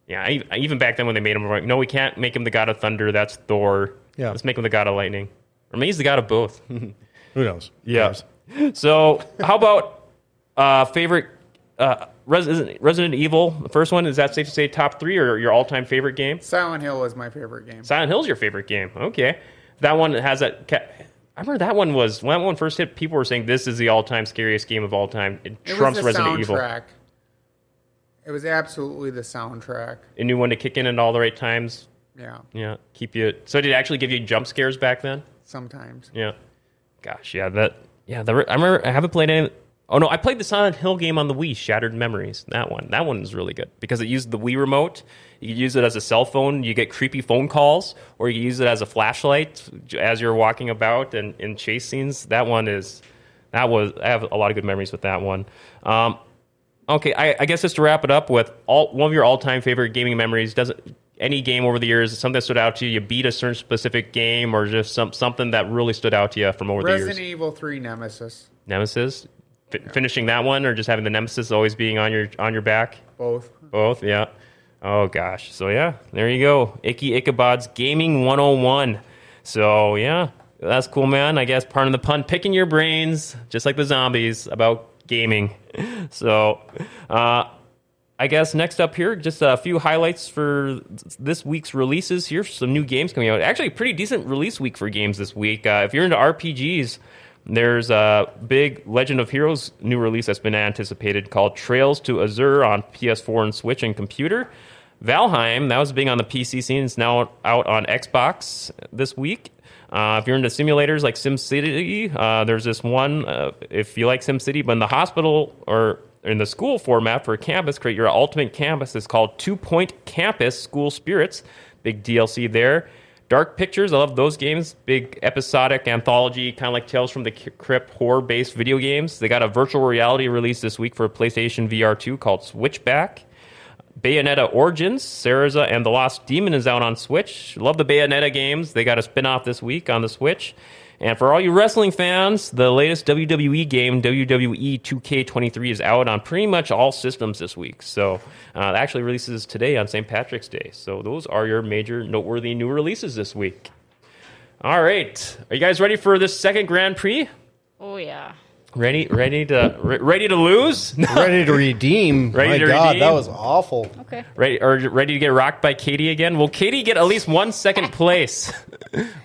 [SPEAKER 1] Yeah, I, I- even back then when they made him, I'm like, no, we can't make him the God of Thunder. That's Thor.
[SPEAKER 2] Yeah.
[SPEAKER 1] let's make him the God of Lightning, or maybe he's the God of both.
[SPEAKER 2] Who knows?
[SPEAKER 1] Yes. So how about uh, favorite uh, Resident, Resident Evil? The first one is that safe to say top three or your all time favorite game?
[SPEAKER 4] Silent Hill was my favorite game.
[SPEAKER 1] Silent Hill's your favorite game. Okay. That one has that. Ca- I remember that one was when that one first hit. People were saying this is the all-time scariest game of all time. It,
[SPEAKER 4] It
[SPEAKER 1] trumps
[SPEAKER 4] was the
[SPEAKER 1] Resident Evil.
[SPEAKER 4] soundtrack. It was absolutely the soundtrack.
[SPEAKER 1] It knew when to kick in at all the right times.
[SPEAKER 4] Yeah,
[SPEAKER 1] Yeah, keep you. So did it actually give you jump scares back then?
[SPEAKER 4] sometimes.
[SPEAKER 1] Yeah. Gosh, yeah. That. Yeah. The, I remember. I haven't played any. Oh no, I played the Silent Hill game on the Wii, Shattered Memories. That one. That one was really good because it used the Wii remote. You could use it as a cell phone. You get creepy phone calls, or you could use it as a flashlight as you're walking about and in chase scenes. That one is. That was. I have a lot of good memories with that one. Um, okay, I, I guess just to wrap it up with all one of your all-time favorite gaming memories. Doesn't any game over the years something that stood out to you? You beat a certain specific game, or just some something that really stood out to you from over the
[SPEAKER 4] Resident
[SPEAKER 1] years?
[SPEAKER 4] Evil Three Nemesis,
[SPEAKER 1] Nemesis, F- finishing that one, or just having the Nemesis always being on your on your back?
[SPEAKER 4] both.
[SPEAKER 1] Both, yeah. Oh gosh. So yeah, there you go. Icky Ichabod's Gaming 101. So yeah, that's cool, man. I guess pardon the pun, picking your brains, just like the zombies, about gaming. [LAUGHS] So uh I guess next up here, just a few highlights for th- this week's releases. Here's some new games coming out. Actually, pretty decent release week for games this week. Uh, if you're into RPGs, there's a big Legend of Heroes new release that's been anticipated called Trails to Azure on PS4 and Switch and computer. Valheim, that was being on the PC scene, is now out on Xbox this week. Uh, if you're into simulators like SimCity, uh, there's this one. Uh, if you like SimCity, but in the hospital or in the school format for campus, create your ultimate campus. It's called Two Point Campus School Spirits. Big DLC there. Dark Pictures, I love those games. Big episodic anthology, kind of like Tales from the Crypt horror based video games. They got a virtual reality release this week for PlayStation VR 2 called Switchback. Bayonetta Origins, Sarasa, and The Lost Demon is out on Switch. Love the Bayonetta games. They got a spin off this week on the Switch. And for all you wrestling fans, the latest WWE game, E WWE 2K23, is out on pretty much all systems this week. So uh, it actually releases today on St. Patrick's Day. So those are your major noteworthy new releases this week. All right. Are you guys ready for this second Grand Prix?
[SPEAKER 3] Oh yeah.
[SPEAKER 1] Ready, ready to, re- ready to lose?
[SPEAKER 2] Ready to [LAUGHS] redeem.
[SPEAKER 1] Ready
[SPEAKER 2] My
[SPEAKER 1] to
[SPEAKER 2] God,
[SPEAKER 1] redeem.
[SPEAKER 2] that was awful.
[SPEAKER 3] Okay.
[SPEAKER 1] Ready, or ready to get rocked by Katie again? Will Katie get at least one second place?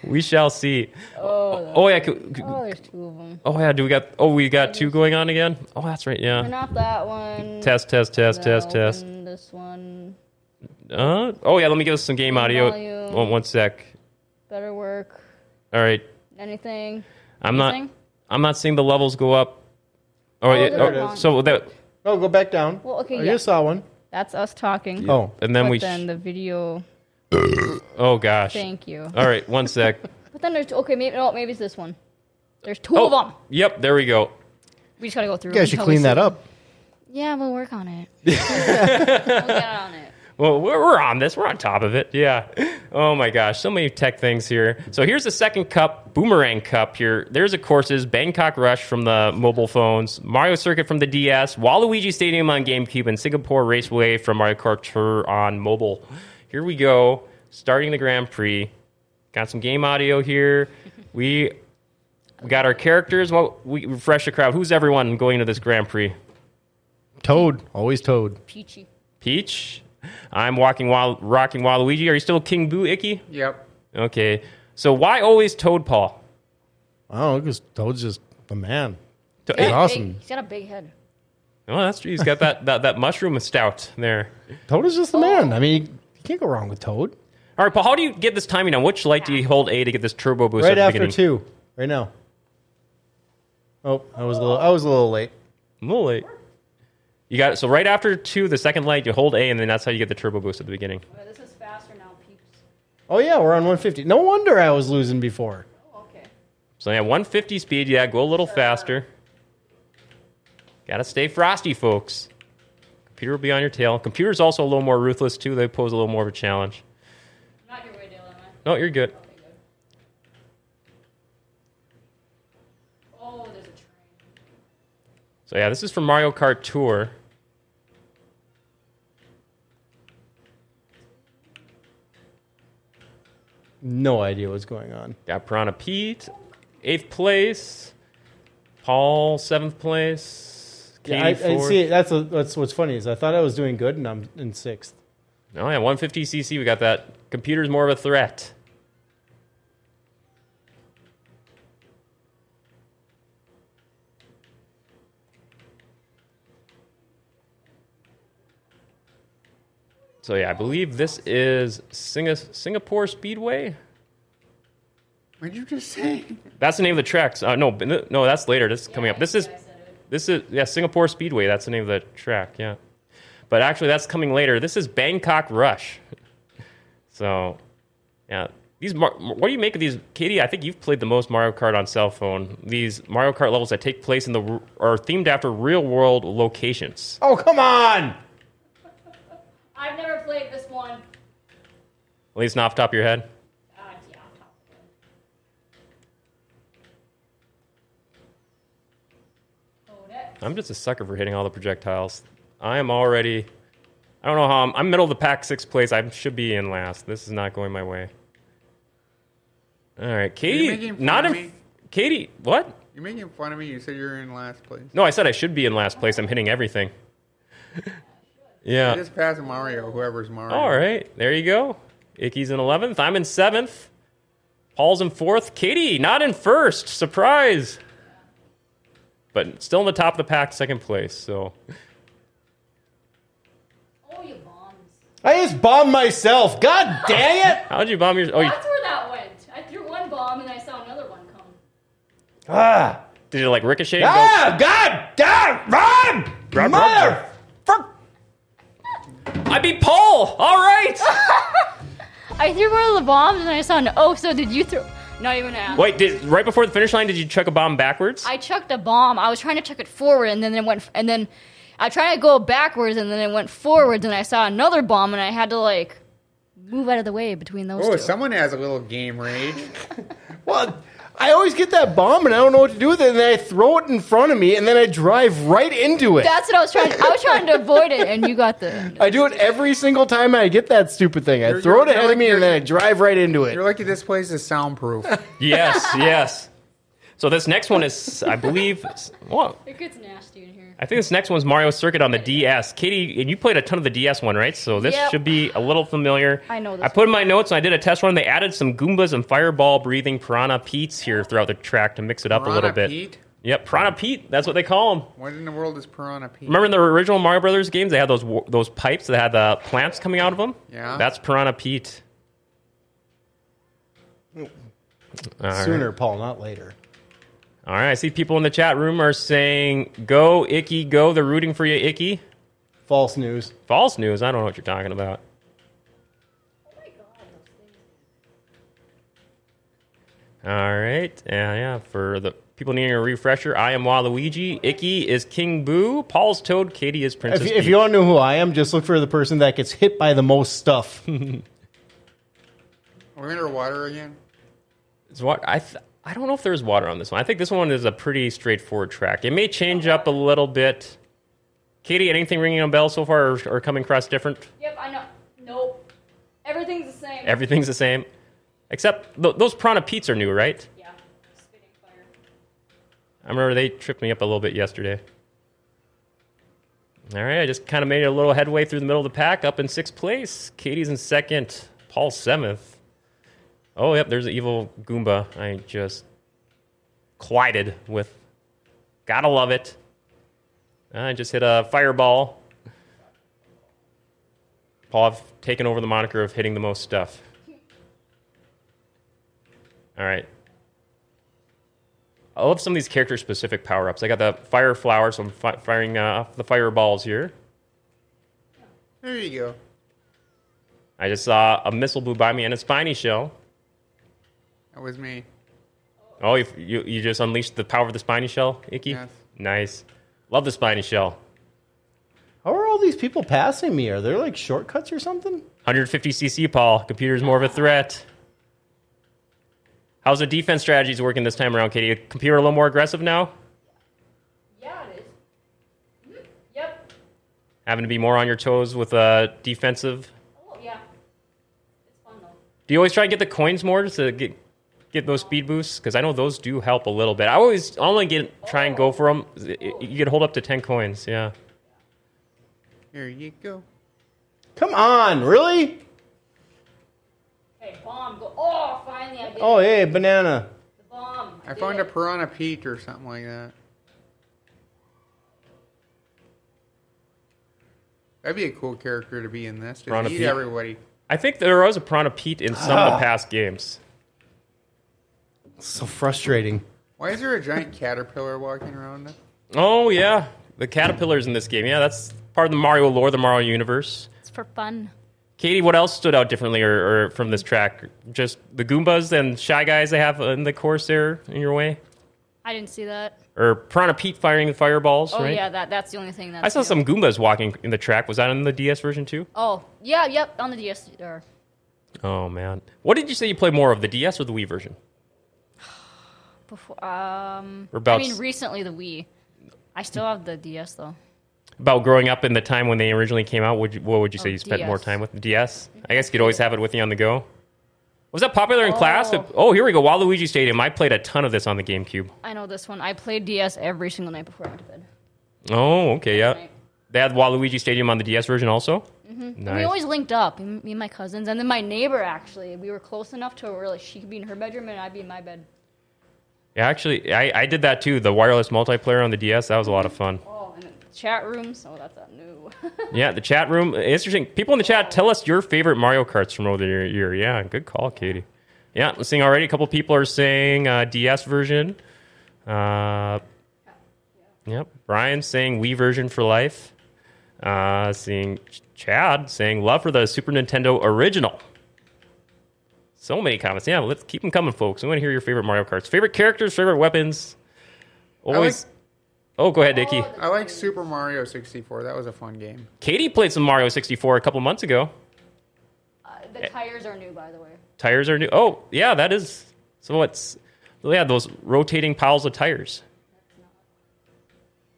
[SPEAKER 1] we shall see. Oh, yeah. could- could-
[SPEAKER 3] Oh, there's two of them.
[SPEAKER 1] Oh yeah. Do we got? Oh, we got two going on again. Oh, that's right.
[SPEAKER 3] Turn
[SPEAKER 1] Yeah.
[SPEAKER 3] off that one.
[SPEAKER 1] Test, test, test,
[SPEAKER 3] Then
[SPEAKER 1] test,
[SPEAKER 3] open
[SPEAKER 1] test.
[SPEAKER 3] This one
[SPEAKER 1] Uh, oh yeah. Let me give us some game audio.
[SPEAKER 3] Volume.
[SPEAKER 1] Oh, one sec.
[SPEAKER 3] better work.
[SPEAKER 1] All right.
[SPEAKER 3] Anything?
[SPEAKER 1] I'm not.
[SPEAKER 3] Anything?
[SPEAKER 1] I'm not seeing the levels go up. Oh, yeah,
[SPEAKER 3] they're
[SPEAKER 1] oh,
[SPEAKER 3] wrong.
[SPEAKER 1] so that
[SPEAKER 2] Oh, go back down.
[SPEAKER 3] Well, okay,
[SPEAKER 2] I
[SPEAKER 3] yeah.
[SPEAKER 2] just saw one.
[SPEAKER 3] That's us talking.
[SPEAKER 2] Oh,
[SPEAKER 1] and then
[SPEAKER 3] but
[SPEAKER 1] we. sh-
[SPEAKER 3] then the video.
[SPEAKER 1] oh gosh.
[SPEAKER 3] Thank you.
[SPEAKER 1] All right. One sec. [LAUGHS]
[SPEAKER 3] But then there's okay. Maybe no. Maybe it's this one. There's two of
[SPEAKER 1] oh.
[SPEAKER 3] them.
[SPEAKER 1] Yep. There we go.
[SPEAKER 3] We just gotta go through.
[SPEAKER 2] you guys should clean that up.
[SPEAKER 3] Yeah, we'll work on it. we'll get on it.
[SPEAKER 1] Well, we're, we're on this. We're on top of it. Yeah. Oh my gosh, so many tech things here. So here's the second cup, Boomerang Cup. Here, there's of courses Bangkok Rush from the mobile phones, Mario Circuit from the DS, Waluigi Stadium on GameCube, and Singapore Raceway from Mario Kart Tour on mobile. Here we go, starting the Grand Prix. Got some game audio here. We we got our characters. Well, we refresh the crowd. Who's everyone going to this Grand Prix?
[SPEAKER 2] Toad, always Toad.
[SPEAKER 3] Peachy.
[SPEAKER 1] Peach. I'm walking while rocking Waluigi. Are you still King Boo Icky?
[SPEAKER 4] Yep.
[SPEAKER 1] Okay. So why always Toad Paul?
[SPEAKER 2] Oh, because Toad's just the man.
[SPEAKER 1] To-
[SPEAKER 3] He's
[SPEAKER 1] hey,
[SPEAKER 3] got a big-
[SPEAKER 2] awesome.
[SPEAKER 3] he's got a big head.
[SPEAKER 1] oh, that's true. He's got that, that, that mushroom stout there.
[SPEAKER 2] Toad is just the man. I mean, you can't go wrong with Toad.
[SPEAKER 1] All right, Paul, how do you get this timing on? Which light do you hold A to get this turbo boost at
[SPEAKER 2] Right
[SPEAKER 1] the
[SPEAKER 2] after
[SPEAKER 1] beginning?
[SPEAKER 2] two, right now. Oh, I was a little, I was a little late.
[SPEAKER 1] I'm a little late. You got it. So right after two, the second light, you hold A, and then that's how you get the turbo boost at the beginning.
[SPEAKER 5] But this is faster now, peeps.
[SPEAKER 2] Oh yeah, we're on 150. No wonder I was losing before.
[SPEAKER 5] Oh, okay.
[SPEAKER 1] So yeah, 150 speed. Yeah, go a little faster. Gotta stay frosty, folks. Computer will be on your tail. Computer's also a little more ruthless too. They pose a little more of a challenge.
[SPEAKER 5] I'm not your way, Dale, am I?
[SPEAKER 1] No, you're good.
[SPEAKER 5] Okay, good. Oh, there's a train.
[SPEAKER 1] So yeah, this is from Mario Kart Tour.
[SPEAKER 2] No idea what's going on.
[SPEAKER 1] Got Piranha Pete, eighth place. Paul, seventh place. Katie,
[SPEAKER 2] Yeah, I, I
[SPEAKER 1] fourth.
[SPEAKER 2] see. That's a, that's what's funny is I thought I was doing good and I'm in sixth.
[SPEAKER 1] Oh yeah, 150cc. We got that. Computer's more of a threat. So yeah, I believe this is Singa- Singapore Speedway.
[SPEAKER 4] What did you just say? [LAUGHS]
[SPEAKER 1] That's the name of the tracks. Uh, no, b- no, that's later. This is coming up. This is this is yeah Singapore Speedway. That's the name of the track. Yeah, but actually that's coming later. This is Bangkok Rush. [LAUGHS] so, yeah, these Mar- what do you make of these, Katie? I think you've played the most Mario Kart on cell phone. These Mario Kart levels that take place in the r- are themed after real world locations.
[SPEAKER 2] Oh come on!
[SPEAKER 5] I've never played this one.
[SPEAKER 1] At least not off the top of your head.
[SPEAKER 5] Uh, yeah, I'm top of it. Oh, that.
[SPEAKER 1] I'm just a sucker for hitting all the projectiles. I am already. I don't know how I'm. I'm middle of the pack, sixth place. I should be in last. This is not going my way. All right, Katie.
[SPEAKER 4] making fun
[SPEAKER 1] Not
[SPEAKER 4] of
[SPEAKER 1] in.
[SPEAKER 4] me?
[SPEAKER 1] Katie, what?
[SPEAKER 4] You're making fun of me. You said you're in last place.
[SPEAKER 1] No, I said I should be in last place. I'm hitting
[SPEAKER 4] [LAUGHS]
[SPEAKER 1] everything. yeah.
[SPEAKER 4] Just pass Mario, whoever's Mario.
[SPEAKER 1] All right, there you go. Icky's in eleventh. I'm in seventh. Paul's in fourth. Katie not in first. Surprise. But still in the top of the pack, second place. So.
[SPEAKER 5] Oh, you bombs.
[SPEAKER 2] I just bombed myself. God
[SPEAKER 1] [LAUGHS]
[SPEAKER 2] dang it!
[SPEAKER 1] How'd you bomb your? Oh, you,
[SPEAKER 5] That's where that went. I threw one bomb and I saw another one come.
[SPEAKER 2] Ah!
[SPEAKER 1] did it like ricochet? and go-
[SPEAKER 2] Ah! God damn! Run!
[SPEAKER 1] Run, run,
[SPEAKER 2] Mother!
[SPEAKER 1] I beat Paul. All right.
[SPEAKER 4] Ah!
[SPEAKER 3] I threw one of the bombs and I saw an. Oh, so did you throw? Not even ask.
[SPEAKER 1] Wait, did right before the finish line, did you chuck a bomb backwards?
[SPEAKER 3] I chucked a bomb. I was trying to chuck it forward, and then it went. And then I tried to go backwards, and then it went forwards, and I saw another bomb, and I had to like move out of the way between those
[SPEAKER 4] Oh,
[SPEAKER 3] two.
[SPEAKER 4] someone has a little game rage.
[SPEAKER 2] Well, I always get that bomb and I don't know what to do with it, and then I throw it in front of me, and then I drive right into it.
[SPEAKER 3] That's what I was trying. I was trying to avoid it, and you got the.
[SPEAKER 2] I do it every single time I get that stupid thing. I
[SPEAKER 4] You're-
[SPEAKER 2] throw it
[SPEAKER 4] you're-
[SPEAKER 2] ahead
[SPEAKER 4] you're-
[SPEAKER 2] of me, and then I drive right into it.
[SPEAKER 4] You're lucky this place is
[SPEAKER 1] [LAUGHS]
[SPEAKER 4] soundproof.
[SPEAKER 1] [LAUGHS] yes, yes. So this next one is, I believe, well,
[SPEAKER 5] It gets nasty in here.
[SPEAKER 1] I think this next one's Mario Circuit on the DS. Katie, and you played a ton of the DS one, right? So this
[SPEAKER 3] Yep.
[SPEAKER 1] should be a little familiar.
[SPEAKER 3] I know this
[SPEAKER 1] I put in my notes and I did a test run. They added some Goombas and fireball breathing Piranha Pete's here throughout the track to mix it up a little
[SPEAKER 4] Piranha
[SPEAKER 1] bit.
[SPEAKER 4] Pete?
[SPEAKER 1] Yep, Piranha Pete. That's what they call them.
[SPEAKER 4] What in the world is Piranha Pete?
[SPEAKER 1] Remember in the original Mario Brothers games, they had those wa- those pipes that had the clamps coming out of them.
[SPEAKER 4] Yeah.
[SPEAKER 1] that's Piranha Pete. All right.
[SPEAKER 2] Sooner, Paul, not later.
[SPEAKER 1] All right, I see people in the chat room are saying, "Go Icky, go!" They're rooting for you, Icky.
[SPEAKER 2] False news.
[SPEAKER 1] False news. I don't know what you're talking about.
[SPEAKER 5] Oh my god, those things.
[SPEAKER 1] All right, yeah, yeah. For the people needing a refresher, I am Waluigi. Icky is King Boo. Paul's Toad. Katie is Princess.
[SPEAKER 6] If, you- if
[SPEAKER 1] Peach.
[SPEAKER 6] you want to know who I am, just look for the person that gets hit by the most stuff.
[SPEAKER 4] We're underwater again.
[SPEAKER 1] It's wa- I th- I don't know if there's water on this one. I think this one is a pretty straightforward track. It may change up a little bit. Katie, anything ringing a bell so far, or, or coming across different?
[SPEAKER 3] Yep, I know. Nope. Everything's the same.
[SPEAKER 1] [LAUGHS] Everything's the same, except th- those piranha Pete's are new, right?
[SPEAKER 3] yeah. Spitting fire.
[SPEAKER 1] I remember they tripped me up a little bit yesterday. All right, I just kind of made a little headway through the middle of the pack, up in sixth place. Katie's in second. Paul seventh. Oh, yep, there's the evil Goomba. I just collided with. Gotta love it. I just hit a fireball. Paul, I've taken over the moniker of hitting the most stuff. All right, I love some of these character specific power ups. I got the fire flower, so I'm fi- firing uh, off the fireballs here.
[SPEAKER 4] There you go.
[SPEAKER 1] I just saw a missile blew by me and a spiny shell.
[SPEAKER 4] That was me.
[SPEAKER 1] Oh, you, you, you just unleashed the power of the spiny shell, Icky?
[SPEAKER 4] Yes.
[SPEAKER 1] Nice. Love the spiny shell.
[SPEAKER 6] How are all these people passing me? Are there like shortcuts or something?
[SPEAKER 1] 150cc, Paul. Computer's more of a threat. How's the defense strategies working this time around, Katie? Computer a little more aggressive now?
[SPEAKER 5] Yeah, it is.
[SPEAKER 3] Mm-hmm.
[SPEAKER 5] Mhm. Yep.
[SPEAKER 1] Having to be more on your toes with uh, defensive?
[SPEAKER 5] Oh, yeah. It's fun though.
[SPEAKER 1] Do you always try and get the coins more just to get get those speed boosts? Because I know those do help a little bit. I always I only get try and go for them. You could hold up to ten coins. Yeah.
[SPEAKER 4] Here you go.
[SPEAKER 6] Come on, really?
[SPEAKER 5] Hey, bomb, go. Oh, finally, I did
[SPEAKER 6] Oh, hey, banana.
[SPEAKER 5] the bomb.
[SPEAKER 4] I
[SPEAKER 5] did
[SPEAKER 4] found a
[SPEAKER 5] it.
[SPEAKER 4] piranha peak or something like that. That'd be a cool character to be in this. Just
[SPEAKER 1] Piranha
[SPEAKER 4] eat
[SPEAKER 1] Pete.
[SPEAKER 4] everybody.
[SPEAKER 1] I think there was a Piranha Pete in some of the past games.
[SPEAKER 6] So frustrating.
[SPEAKER 4] Why is there
[SPEAKER 1] [LAUGHS]
[SPEAKER 4] a giant caterpillar walking around?
[SPEAKER 1] Oh yeah, the caterpillars in this game. Yeah, that's part of the Mario lore, the Mario universe.
[SPEAKER 3] It's for fun.
[SPEAKER 1] Katie, what else stood out differently or, or from this track? Just the Goombas and Shy Guys they have in the course there in your way?
[SPEAKER 3] I didn't see that.
[SPEAKER 1] Or Piranha Pete firing the fireballs,
[SPEAKER 3] Oh
[SPEAKER 1] right?
[SPEAKER 3] yeah, that that's the only thing that
[SPEAKER 1] I saw some Goombas walking in the track. Was that in the DS version too?
[SPEAKER 3] Oh yeah, yep. On the DS or
[SPEAKER 1] Oh man, what did you say you play more of the DS or the Wii version?
[SPEAKER 3] before. Um,
[SPEAKER 1] Or about
[SPEAKER 3] I mean, recently the Wii. I still have the DS though.
[SPEAKER 1] about growing up in the time when they originally came out. Would you, what would you say
[SPEAKER 3] Oh,
[SPEAKER 1] you spent more
[SPEAKER 3] DS.
[SPEAKER 1] time with the DS? I guess you could always have it with you on the go. Was that popular in class?
[SPEAKER 3] Oh.
[SPEAKER 1] Oh, here we go. Waluigi Stadium. I played a ton of this on the GameCube.
[SPEAKER 3] I know this one. I played DS every single night before I went to bed.
[SPEAKER 1] Oh, okay, yeah.
[SPEAKER 3] Right.
[SPEAKER 1] They had Waluigi Stadium on the DS version also. Mm-hmm.
[SPEAKER 3] We
[SPEAKER 1] Nice.
[SPEAKER 3] always linked up, m- me and my cousins, and then my neighbor actually. We were close enough to where like she could be in her bedroom and I'd be in my bed.
[SPEAKER 1] yeah, actually, I, I did that too. The wireless multiplayer on the DS. That was a lot of fun.
[SPEAKER 3] Oh, and then chat rooms. Oh, that's not new. [LAUGHS]
[SPEAKER 1] Yeah, the chat room. Interesting. People in the chat, tell us your favorite Mario Karts from over the year- year. Yeah, good call, Katie. Yeah, I'm seeing already a couple people are saying uh, DS version. Uh, yep, Brian's saying Wii version for life. Uh, seeing Ch- Chad saying love for the Super Nintendo original. So many comments. Yeah, let's keep them coming, folks. We want to hear your favorite Mario Karts, favorite characters, favorite weapons. Always. oh, go ahead, Nikki.
[SPEAKER 4] I like Super Mario 64. That was a fun game.
[SPEAKER 1] Katie played some Mario 64 a couple months ago.
[SPEAKER 3] Uh, the tires are new, by the way.
[SPEAKER 1] tires are new. Oh, yeah, that is. So what's? Yeah, those rotating piles of tires.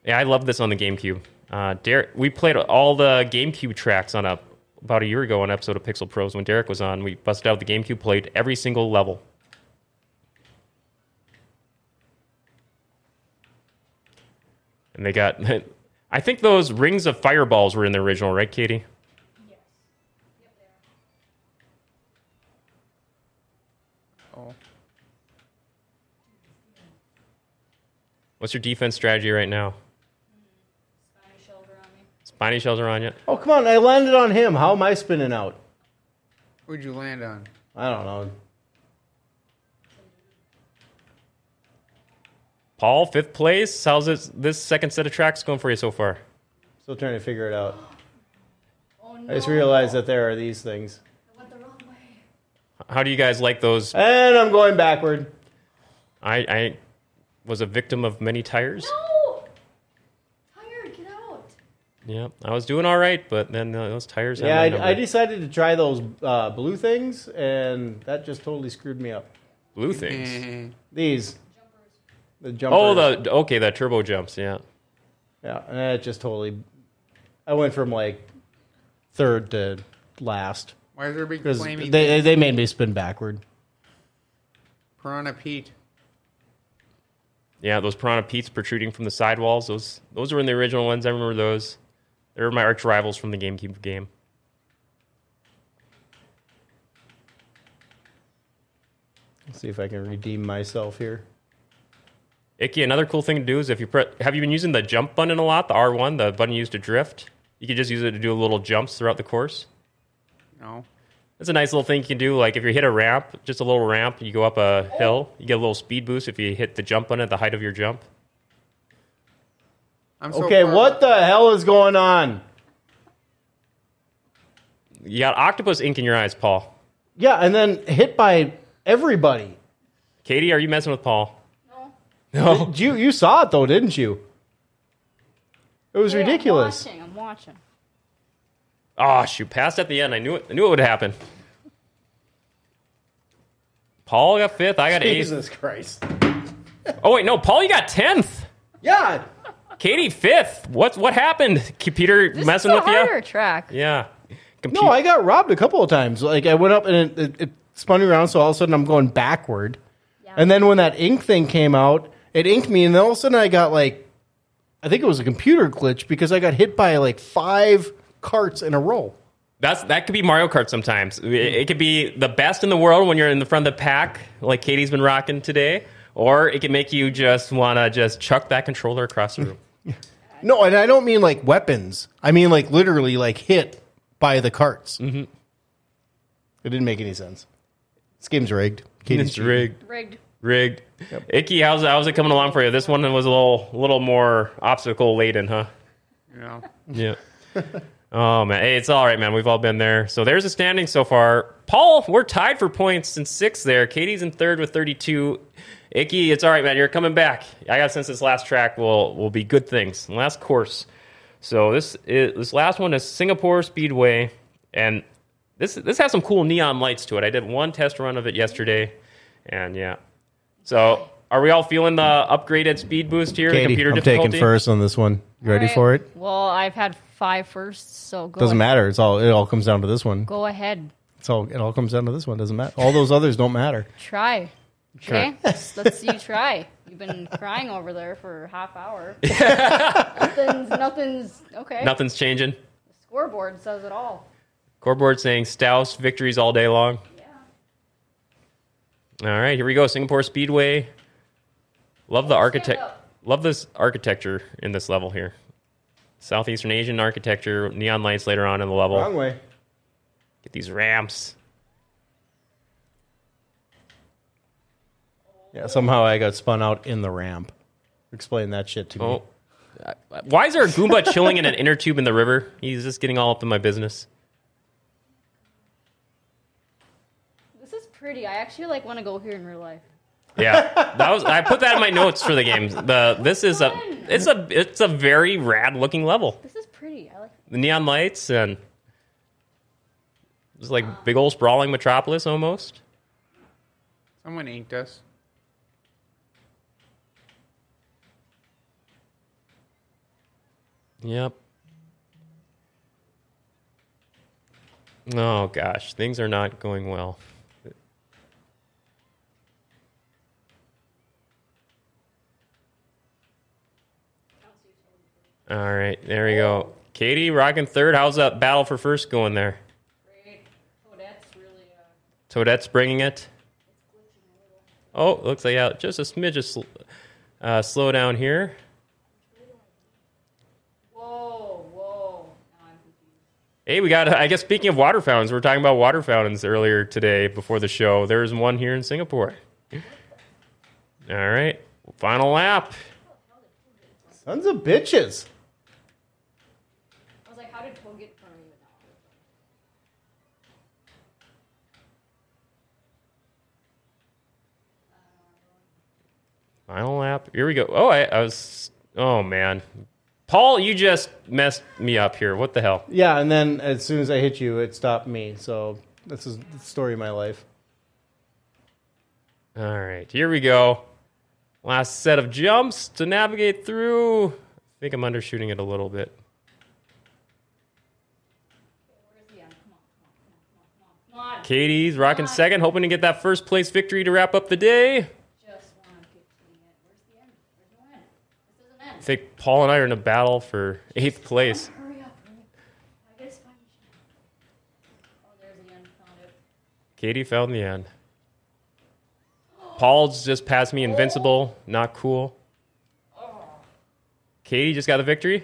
[SPEAKER 1] Yeah, I love this on the GameCube. Uh, Derek, we played all the GameCube tracks on a about a year ago on an episode of Pixel Pros when Derek was on. We busted out the GameCube, played every single level. And they got, [LAUGHS] I think those rings of fireballs were in the original, right, Katie?
[SPEAKER 4] Oh,
[SPEAKER 1] What's your defense strategy right now? Spiny shells are on you.
[SPEAKER 6] Oh, come on. I landed on him. How am I spinning out?
[SPEAKER 4] who'd you land on?
[SPEAKER 6] I don't know.
[SPEAKER 1] Paul, fifth place. How's this, this second set of tracks going for you so far?
[SPEAKER 6] Still trying to figure it out.
[SPEAKER 5] Oh,
[SPEAKER 6] I
[SPEAKER 5] no.
[SPEAKER 6] just realized that there are these things.
[SPEAKER 5] I went the wrong way.
[SPEAKER 1] How do you guys like those? I,
[SPEAKER 6] And I'm going backward.
[SPEAKER 1] I was a victim of many tires.
[SPEAKER 5] No! Tired, get out.
[SPEAKER 1] Yeah, I was doing all right, but then uh, those tires. had
[SPEAKER 6] Yeah,
[SPEAKER 1] my
[SPEAKER 6] I, I
[SPEAKER 1] number.
[SPEAKER 6] decided to try those uh, blue things, and that just totally screwed me up.
[SPEAKER 1] blue
[SPEAKER 4] Mm-hmm.
[SPEAKER 1] things.
[SPEAKER 6] These, the jumpers.
[SPEAKER 1] Oh, the okay, the turbo jumps. Yeah,
[SPEAKER 6] yeah, and that just totally. I went from like third to last
[SPEAKER 4] [LAUGHS] Why is there a big
[SPEAKER 6] because
[SPEAKER 4] flaming
[SPEAKER 6] they they made me spin backward.
[SPEAKER 4] piranha Pete?
[SPEAKER 1] yeah, those piranha peats protruding from the sidewalls. Those those were in the original ones. I remember those. They were my arch rivals from the GameCube game.
[SPEAKER 6] Let's see if I can redeem myself here.
[SPEAKER 1] Icky, another cool thing to do is if you pre- have you been using the jump button a lot, the R one, the button used to drift. You could just use it to do little jumps throughout the course.
[SPEAKER 4] No.
[SPEAKER 1] That's a nice little thing you can do. Like if you hit a ramp, just a little ramp, you go up a hill, you get a little speed boost if you hit the jump button at the height of your jump.
[SPEAKER 4] I'm so
[SPEAKER 6] Okay,
[SPEAKER 4] far-
[SPEAKER 6] what the hell is going on?
[SPEAKER 1] You got octopus ink in your eyes, Paul.
[SPEAKER 6] Yeah, and then hit by everybody.
[SPEAKER 1] Katie, are you messing with Paul?
[SPEAKER 5] No.
[SPEAKER 1] No.
[SPEAKER 6] You you saw it though, didn't you? It was
[SPEAKER 3] Hey, I'm
[SPEAKER 6] ridiculous.
[SPEAKER 3] watching, I'm watching.
[SPEAKER 1] Oh shoot! Passed at the end. I knew it. I knew it would happen. Paul got fifth. I got eighth.
[SPEAKER 6] Jesus Christ.
[SPEAKER 1] Oh wait, no. Paul, you got tenth.
[SPEAKER 6] Yeah.
[SPEAKER 1] Katie fifth. What what happened? Computer
[SPEAKER 3] This
[SPEAKER 1] messing
[SPEAKER 3] is a
[SPEAKER 1] with
[SPEAKER 3] harder
[SPEAKER 1] you?
[SPEAKER 3] track.
[SPEAKER 1] Yeah. Compu-
[SPEAKER 6] No, I got robbed a couple of times. Like I went up and it, it, it spun me around, so all of a sudden I'm going backward. And then when that ink thing came out, it inked me, and then all of a sudden I got like, I think it was a computer glitch because I got hit by like five carts in a row.
[SPEAKER 1] That's that could be Mario Kart sometimes. It, it could be the best in the world when you're in the front of the pack, like Katie's been rocking today, or it can make you just wanna just chuck that controller across the room.
[SPEAKER 6] No, and I don't mean like weapons. I mean like literally like hit by the carts. Mm-hmm. It didn't make any sense. This game's rigged.
[SPEAKER 1] [LAUGHS]
[SPEAKER 6] Katie's
[SPEAKER 1] it's rigged.
[SPEAKER 3] Rigged.
[SPEAKER 1] Rigged. Icky, how's how's it coming along for you? This one was a little little more obstacle laden, huh?
[SPEAKER 4] You know,
[SPEAKER 1] Yeah. [LAUGHS] oh man, hey, it's all right, man. We've all been there. So there's a standing so far. Paul, we're tied for points in sixth there. Katie's in third with 32. Icky, it's all right, man. You're coming back. I got a sense this last track will will be good things. And Last course. So this is, this last one is Singapore Speedway, and this this has some cool neon lights to it. I did one test run of it yesterday, and yeah. So are we all feeling the upgraded speed boost here? the
[SPEAKER 6] Katie,
[SPEAKER 1] computer
[SPEAKER 6] I'm
[SPEAKER 1] difficulty.
[SPEAKER 6] taking first on this one. You ready
[SPEAKER 3] Alright,
[SPEAKER 6] for it?
[SPEAKER 3] Well, I've had five firsts, so go
[SPEAKER 6] Doesn't
[SPEAKER 3] ahead.
[SPEAKER 6] matter. It's all. It all comes down to this one.
[SPEAKER 3] Go ahead.
[SPEAKER 6] It's all. It all comes down to this one. Doesn't matter. All those others don't matter.
[SPEAKER 3] Try. Okay? Let's, let's see you try. You've been crying over there for a half hour. nothing's, nothing's, okay.
[SPEAKER 1] Nothing's changing.
[SPEAKER 3] Scoreboard says it all.
[SPEAKER 1] Coreboard saying Staus victories all day long. All right, here we go. Singapore Speedway. Love the architect.
[SPEAKER 3] up.
[SPEAKER 1] Love this architecture in this level here. Southeastern Asian architecture, neon lights later on in the level.
[SPEAKER 6] way.
[SPEAKER 1] Get these ramps.
[SPEAKER 6] Yeah. Somehow I got spun out in the ramp. Explain that shit to me.
[SPEAKER 1] Oh, why is there a Goomba chilling in an inner tube in the river? He's just getting all up in my business.
[SPEAKER 3] This is pretty. I actually like want to go here in real life.
[SPEAKER 1] Yeah, that was. I put that in my notes for the game. The this is a it's a it's a very rad looking level.
[SPEAKER 3] This is pretty. I like
[SPEAKER 1] the neon lights and it's like big old sprawling metropolis almost.
[SPEAKER 4] someone inked us.
[SPEAKER 1] Yep. Oh gosh, things are not going well. All right, there we go. Katie rocking third. How's that battle for first going there?
[SPEAKER 5] Great. Oh, that's really, uh,
[SPEAKER 1] Toadette's bringing it. Oh, looks like yeah, just a smidge of sl- uh, slow down here.
[SPEAKER 5] whoa, whoa. Now I'm confused.
[SPEAKER 1] Hey, we got. I guess speaking of water fountains, we were talking about water fountains earlier today before the show. There is one here in Singapore. All right, final lap.
[SPEAKER 6] Sons of bitches.
[SPEAKER 5] I was like, how did Toad get in front of me with that one?
[SPEAKER 1] Final lap. Here we go. Oh, I, I was. Oh man, Paul, you just messed me up here. What the hell?
[SPEAKER 6] Yeah, and then as soon as I hit you, it stopped me. So this is the story of my life.
[SPEAKER 1] All right, here we go. Last set of jumps to navigate through. I think I'm undershooting it a little bit. Katie's rocking second, hoping to get that first place victory to wrap up the day.
[SPEAKER 5] Just want to get to the end. Where's the end? There's no end. This doesn't
[SPEAKER 1] I
[SPEAKER 5] end.
[SPEAKER 1] think Paul and I are in a battle for eighth place.
[SPEAKER 5] Hurry up. Hurry up. I guess find the shit. Oh, there's the end. Found it.
[SPEAKER 1] Katie found the end. Paul's just passed me invincible, not cool. Katie just got the victory.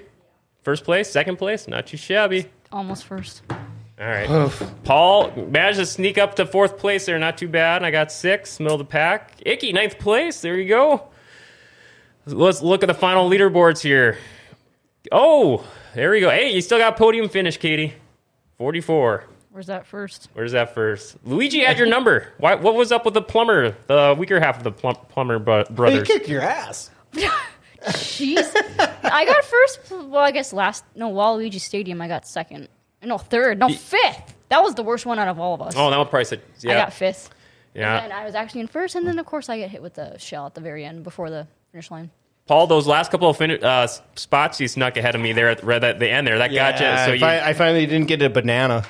[SPEAKER 1] First place, second place, not too shabby.
[SPEAKER 3] Almost first.
[SPEAKER 1] All right. Paul managed to sneak up to fourth place there, not too bad. I got six, middle of the pack. Icky, ninth place. There you go. Let's look at the final leaderboards here. Oh, there we go. Hey, you still got podium finish, Katie. 44.
[SPEAKER 3] Where's that
[SPEAKER 5] [LAUGHS]
[SPEAKER 3] first?
[SPEAKER 1] Where's that first? Luigi had your number. Why, what was up with the plumber, the weaker half of the plum, plumber bro-
[SPEAKER 6] He
[SPEAKER 1] brothers?
[SPEAKER 6] kicked your ass.
[SPEAKER 3] Jeez. I got first. Well, I guess last. No, Waluigi Stadium. I got second. No, third. No, fifth. That was the worst one out of all of us.
[SPEAKER 1] Oh, that one probably said, yeah.
[SPEAKER 3] I got fifth.
[SPEAKER 1] yeah.
[SPEAKER 3] And I was actually in first, and then of course I get hit with the shell at the very end before the finish line.
[SPEAKER 1] Paul, those last couple of fin- uh, s- spots you snuck ahead of me there at, right at the end there. That got you. So you,
[SPEAKER 6] I finally didn't get a banana.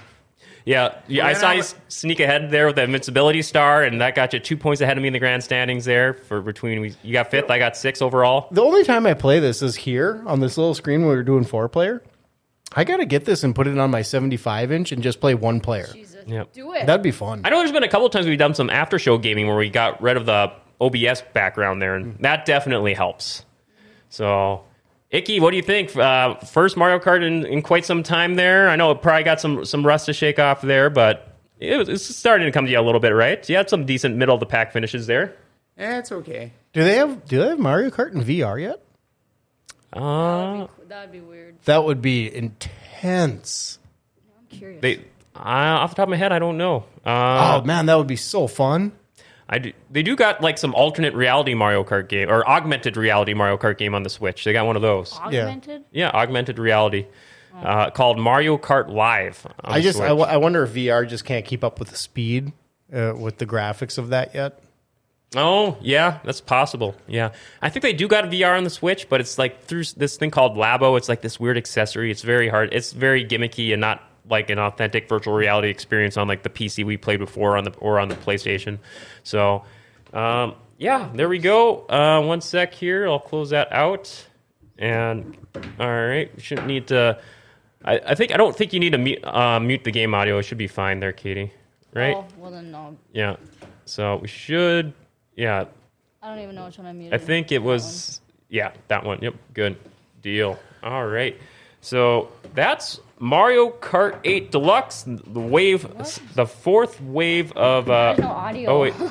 [SPEAKER 1] Yeah, yeah I
[SPEAKER 4] Well,
[SPEAKER 1] saw
[SPEAKER 4] I
[SPEAKER 1] you
[SPEAKER 4] was-
[SPEAKER 1] sneak ahead there with the invincibility star, and that got you two points ahead of me in the grand standings there. For between we, you got fifth, I got sixth overall.
[SPEAKER 6] The only time I play this is here on this little screen when we were doing four player. I gotta get this and put it on my 75 inch and just play one player.
[SPEAKER 5] Jesus.
[SPEAKER 1] Yep.
[SPEAKER 5] Do it.
[SPEAKER 6] That'd be fun.
[SPEAKER 1] I know there's been a couple times we've done some after show gaming where we got rid of the OBS background there, and that definitely helps. So, Icky, what do you think? Uh, first Mario Kart in, in quite some time there. I know it probably got some some rust to shake off there, but it was, it's starting to come to you a little bit, right? You had some decent middle of the pack finishes there.
[SPEAKER 4] Eh, it's okay.
[SPEAKER 6] Do they have Do they have Mario Kart in VR yet?
[SPEAKER 1] Uh,
[SPEAKER 5] That'd be cool. That'd be weird.
[SPEAKER 6] That would be intense.
[SPEAKER 5] I'm curious.
[SPEAKER 1] They, I off the top of my head, I don't know. Uh,
[SPEAKER 6] Oh man, that would be so fun.
[SPEAKER 1] I do, they do got like some alternate reality Mario Kart game or augmented reality Mario Kart game on the Switch. They got one of those.
[SPEAKER 3] Augmented.
[SPEAKER 1] Yeah, augmented reality uh, called Mario Kart Live. on
[SPEAKER 6] I
[SPEAKER 1] the
[SPEAKER 6] just I,
[SPEAKER 1] Switch.
[SPEAKER 6] w- I wonder if VR just can't keep up with the speed uh, with the graphics of that yet.
[SPEAKER 1] oh yeah, that's possible. Yeah, I think they do got VR on the Switch, but it's like through s- this thing called Labo. It's like this weird accessory. It's very hard. It's very gimmicky and not like an authentic virtual reality experience on like the PC we played before on the or on the PlayStation. So. Um, yeah, there we go. Uh, one sec here. I'll close that out. And all right, we shouldn't need to. I, I think I don't think you need to mute, uh, mute the game audio. It should be fine there, Katie. Right?
[SPEAKER 3] Oh, well then no.
[SPEAKER 1] Yeah. So we should. Yeah,
[SPEAKER 3] I don't even know which one I muted.
[SPEAKER 1] I think it was. Yeah, that one. Yep. Good deal. All right. So that's Mario Kart 8 Deluxe. The wave, the fourth wave of. Uh,
[SPEAKER 3] There's no audio.
[SPEAKER 1] Oh wait.
[SPEAKER 3] [LAUGHS]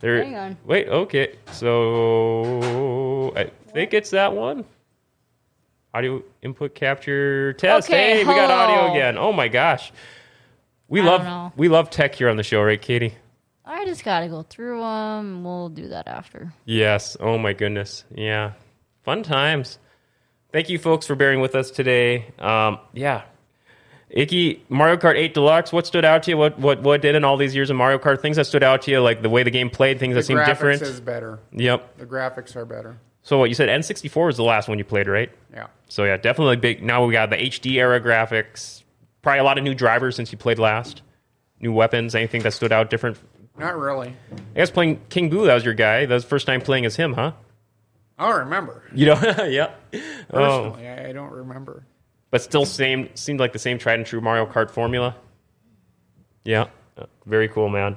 [SPEAKER 1] There,
[SPEAKER 3] Hang on.
[SPEAKER 1] Wait, okay. So I think it's that one. Audio input capture test.
[SPEAKER 3] Okay,
[SPEAKER 1] hey, we got audio
[SPEAKER 3] hello.
[SPEAKER 1] again. Oh my gosh. We
[SPEAKER 3] I don't know.
[SPEAKER 1] love we love tech here on the show, right, Katie?
[SPEAKER 3] I just gotta go through them. We'll do that after.
[SPEAKER 1] Yes. Oh my goodness. Yeah. Fun times. Thank you folks for bearing with us today. Um, yeah. Icky, Mario Kart 8 Deluxe, what stood out to you? What what what did in all these years of Mario Kart? Things that stood out to you, like the way the game played, things
[SPEAKER 4] The
[SPEAKER 1] that seemed
[SPEAKER 4] graphics
[SPEAKER 1] different.
[SPEAKER 4] is better.
[SPEAKER 1] Yep.
[SPEAKER 4] The graphics are better.
[SPEAKER 1] So what you said N64 was the last one you played, right?
[SPEAKER 4] Yeah.
[SPEAKER 1] So yeah, definitely big. Now we got the HD era graphics. Probably a lot of new drivers since you played last. New weapons, anything that stood out different.
[SPEAKER 4] Not really.
[SPEAKER 1] I guess playing King Boo, that was your guy. That was the first time playing as him, huh?
[SPEAKER 4] I don't remember.
[SPEAKER 1] You know, [LAUGHS] yeah. Oh,
[SPEAKER 4] Personally, I I don't remember.
[SPEAKER 1] but still, same seemed like the same tried and true Mario Kart formula. Yeah, Uh, very cool, man.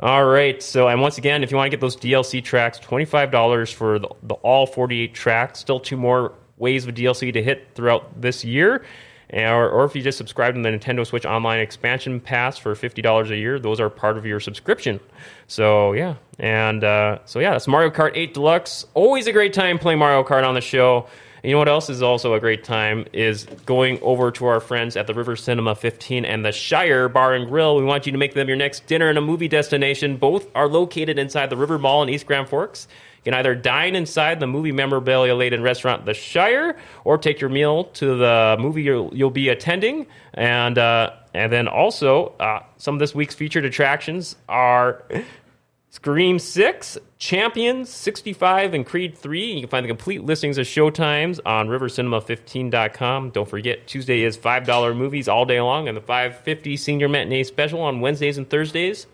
[SPEAKER 1] All right, so and once again, if you want to get those DLC tracks, twenty five dollars for the, the all forty eight tracks. Still two more ways of DLC to hit throughout this year. And- Or, or if you just subscribe to the Nintendo Switch Online Expansion Pass for fifty dollars a year, those are part of your subscription. So yeah, and uh, so yeah, that's Mario Kart Eight Deluxe. Always a great time playing Mario Kart on the show. You know what else is also a great time is going over to our friends at the River Cinema 15 and the Shire Bar and Grill. We want you to make them your next dinner and a movie destination. Both are located inside the River Mall in East Grand Forks. You can either dine inside the movie memorabilia laden restaurant, The Shire, or take your meal to the movie you'll, you'll be attending. And uh, and then also, uh, some of this week's featured attractions are Scream 6, Champions 65, and Creed 3. You can find the complete listings of showtimes on rivercinema15.com. Don't forget, Tuesday is $5 movies all day long and the 550 senior matinee special on Wednesdays and Thursdays.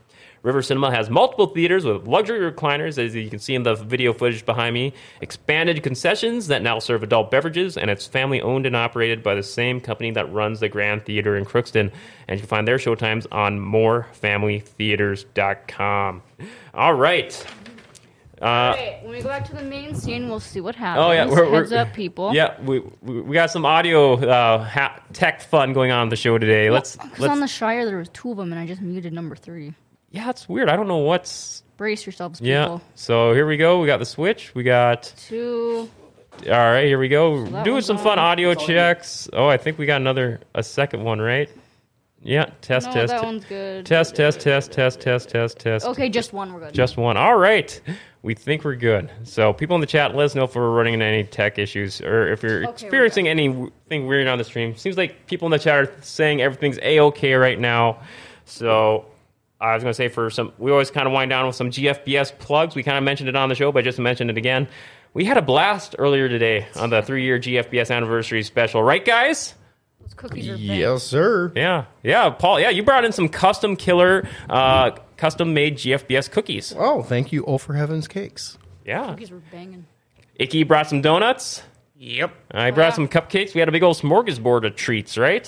[SPEAKER 1] River Cinema has multiple theaters with luxury recliners, as you can see in the video footage behind me, expanded concessions that now serve adult beverages, and it's family owned and operated by the same company that runs the Grand Theater in Crookston. And you can find their showtimes on morefamilytheaters.com. All right. Uh,
[SPEAKER 3] Wait, when we go back to the main scene, we'll see what happens.
[SPEAKER 1] Oh yeah, we're, we're-
[SPEAKER 3] heads up, people.
[SPEAKER 1] Yeah, we we we got some audio uh, ha- tech fun going on on the show today. Let's
[SPEAKER 3] Because
[SPEAKER 1] let's.
[SPEAKER 3] Oh, on the Shire, there was two of them, and I just muted number three.
[SPEAKER 1] yeah, it's weird. I don't know what's.
[SPEAKER 3] Brace yourselves, people.
[SPEAKER 1] Yeah. So here we go. We got the switch. We got.
[SPEAKER 3] Two.
[SPEAKER 1] All right, here we go.
[SPEAKER 3] that uh,
[SPEAKER 1] Doing
[SPEAKER 3] one's
[SPEAKER 1] some fun
[SPEAKER 3] on.
[SPEAKER 1] audio checks. Oh, I think we got another a second one, right? Yeah. Test
[SPEAKER 3] No,
[SPEAKER 1] test
[SPEAKER 3] that one's good.
[SPEAKER 1] test test test test test test test.
[SPEAKER 3] Okay, just one. We're good.
[SPEAKER 1] Just one. All right. We think we're good. So, people in the chat, let us know if we're running into any tech issues or if you're
[SPEAKER 3] we're
[SPEAKER 1] experiencing
[SPEAKER 3] good.
[SPEAKER 1] anything weird on the stream. Seems like people in the chat are saying everything's a okay right now. So, I was going to say for some, we always kind of wind down with some GFBS plugs. We kind of mentioned it on the show, but just mentioned it again. We had a blast earlier today on the three year GFBS anniversary special, right, guys?
[SPEAKER 3] Those cookies are big.
[SPEAKER 6] Yes, sir.
[SPEAKER 1] Yeah. Yeah, Paul. Yeah, you brought in some custom killer, uh, custom made GFBS cookies.
[SPEAKER 6] Oh, thank you, Oh for Heaven's Cakes.
[SPEAKER 1] Yeah.
[SPEAKER 3] Cookies were banging.
[SPEAKER 1] Icky brought some donuts.
[SPEAKER 4] Yep.
[SPEAKER 1] I brought some cupcakes. We had a big old smorgasbord of treats, right?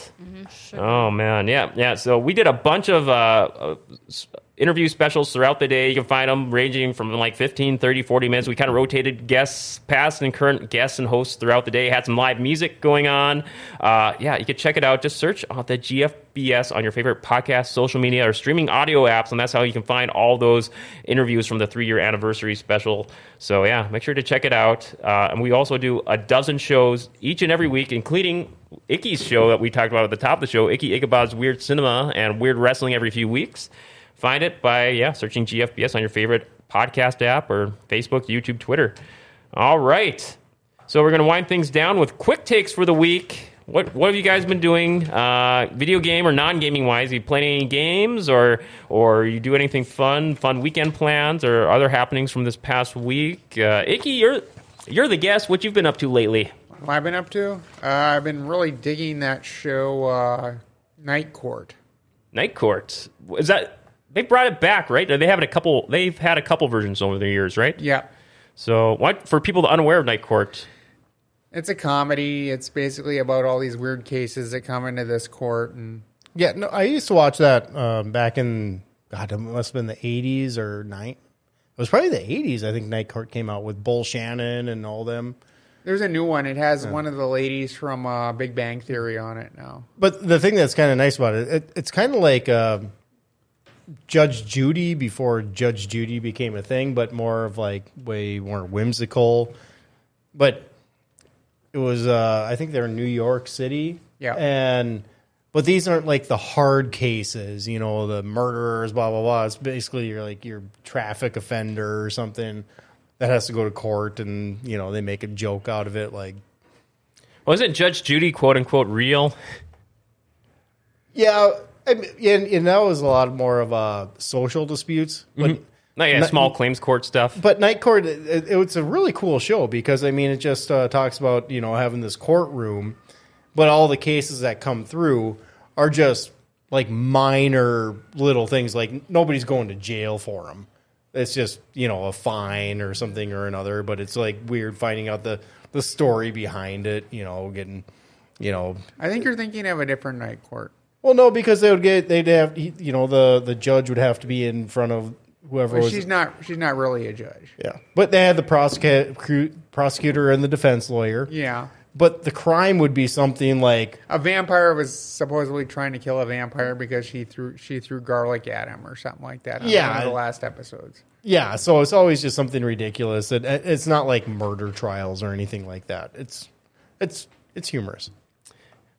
[SPEAKER 1] Oh man, yeah, yeah. So we did a bunch of uh, uh, s- interview specials throughout the day. You can find them ranging from like 15, 30, 40 minutes. We kind of rotated guests, past and current guests and hosts throughout the day. Had some live music going on. Uh, yeah, you can check it out. Just search on the GFBS on your favorite podcast, social media, or streaming audio apps, and that's how you can find all those interviews from the three-year anniversary special. So yeah, make sure to check it out. Uh, and we also do a dozen shows each and every week, including Icky's show that we talked about at the top of the show, Icky Ichabod's Weird Cinema and Weird Wrestling every few weeks. Find it by yeah, searching GFBS on your favorite podcast app or Facebook, YouTube, Twitter. All right. So we're going to wind things down with quick takes for the week. What what have you guys been doing, uh, video game or non gaming wise? you playing any games or or you do anything fun, fun weekend plans or other happenings from this past week? Uh, Icky, you're you're the guest. What you've been up to lately?
[SPEAKER 4] What I've been up to? Uh, I've been really digging that show, uh, Night Court.
[SPEAKER 1] Night Court. Is that they brought it back, right? They have it a couple. They've had a couple versions over the years, right?
[SPEAKER 4] Yeah.
[SPEAKER 1] So, what for people unaware of Night Court?
[SPEAKER 4] It's a comedy. It's basically about all these weird cases that come into this court, and
[SPEAKER 6] Yeah, no, I used to watch that um, back in God, it must have been the eighties or night. It was probably the eighties. I think Night Court came out with Bull Shannon and all them.
[SPEAKER 4] there's a new one. It has one of the ladies from uh, Big Bang Theory on it now.
[SPEAKER 6] But the thing that's kind of nice about it, it it's kind of like uh, Judge Judy before Judge Judy became a thing, but more of like way more whimsical. But it was, uh, I think they're in New York City.
[SPEAKER 4] Yeah.
[SPEAKER 6] And, but these aren't like the hard cases, you know, the murderers, blah, blah, blah. It's basically you're like your traffic offender or something that has to go to court and, you know, they make a joke out of it. Like,
[SPEAKER 1] Wasn't Judge Judy quote unquote real?
[SPEAKER 6] Yeah, I mean, and, and that was a lot more of uh, social disputes. But
[SPEAKER 1] Not yeah,
[SPEAKER 6] Not-
[SPEAKER 1] small claims court stuff.
[SPEAKER 6] but Night Court, it, it, it's a really cool show because I mean, it just uh, talks about you know having this courtroom, but all the cases that come through are just like minor little things. Like nobody's going to jail for them. It's just you know a fine or something or another. But it's like weird finding out the the story behind it. You know, getting you know
[SPEAKER 4] I think you're thinking of a different Night Court.
[SPEAKER 6] Well, no, because they would get they'd have he- you know the the judge would have to be in front of whoever
[SPEAKER 4] But
[SPEAKER 6] was
[SPEAKER 4] she's not. She's not really a judge.
[SPEAKER 6] yeah. But they had the prosecutor prosecutor and the defense lawyer.
[SPEAKER 4] Yeah.
[SPEAKER 6] But the crime would be something like
[SPEAKER 4] A vampire was supposedly trying to kill a vampire because she threw she threw garlic at him or something like that. On
[SPEAKER 6] Yeah.
[SPEAKER 4] one of the last episodes.
[SPEAKER 6] yeah. So it's always just something ridiculous. It, it's not like murder trials or anything like that. It's
[SPEAKER 2] It's it's humorous.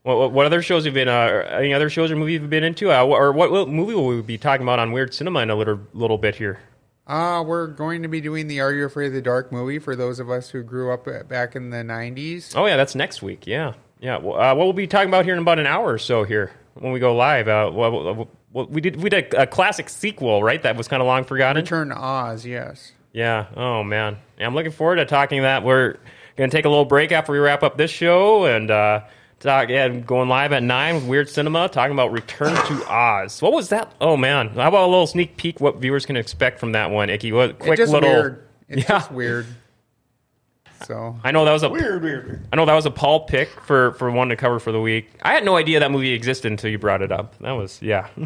[SPEAKER 1] What, what, what other shows have you been? Uh, any other shows or movies you've been into? Uh, or what, what movie will we be talking about on Weird Cinema in a little little bit here?
[SPEAKER 4] Uh, we're going to be doing the Are You Afraid of the Dark movie for those of us who grew up uh, back in the 90s.
[SPEAKER 1] Oh yeah, that's next week. Yeah, yeah. Well, uh, what we'll be talking about here in about an hour or so here when we go live. Uh, well, well, well, we did we did a, a classic sequel, right? That was kind of long forgotten.
[SPEAKER 4] Return to Oz, yes.
[SPEAKER 1] Yeah. Oh man, yeah, I'm looking forward to talking that. We're gonna take a little break after we wrap up this show and. Uh, Talk, yeah, going live at nine with Weird Cinema, talking about Return to Oz. What was that? Oh man! How about a little sneak peek? What viewers can expect from that one, Icky? What quick
[SPEAKER 4] it's just
[SPEAKER 1] little?
[SPEAKER 4] weird. It's
[SPEAKER 1] Yeah.
[SPEAKER 4] just weird.
[SPEAKER 1] [LAUGHS]
[SPEAKER 4] So,
[SPEAKER 1] I know that was a
[SPEAKER 6] Weird, weird, weird.
[SPEAKER 1] I know that was a Paul pick for for one to cover for the week. I had no idea that movie existed until you brought it up. That was yeah. [LAUGHS]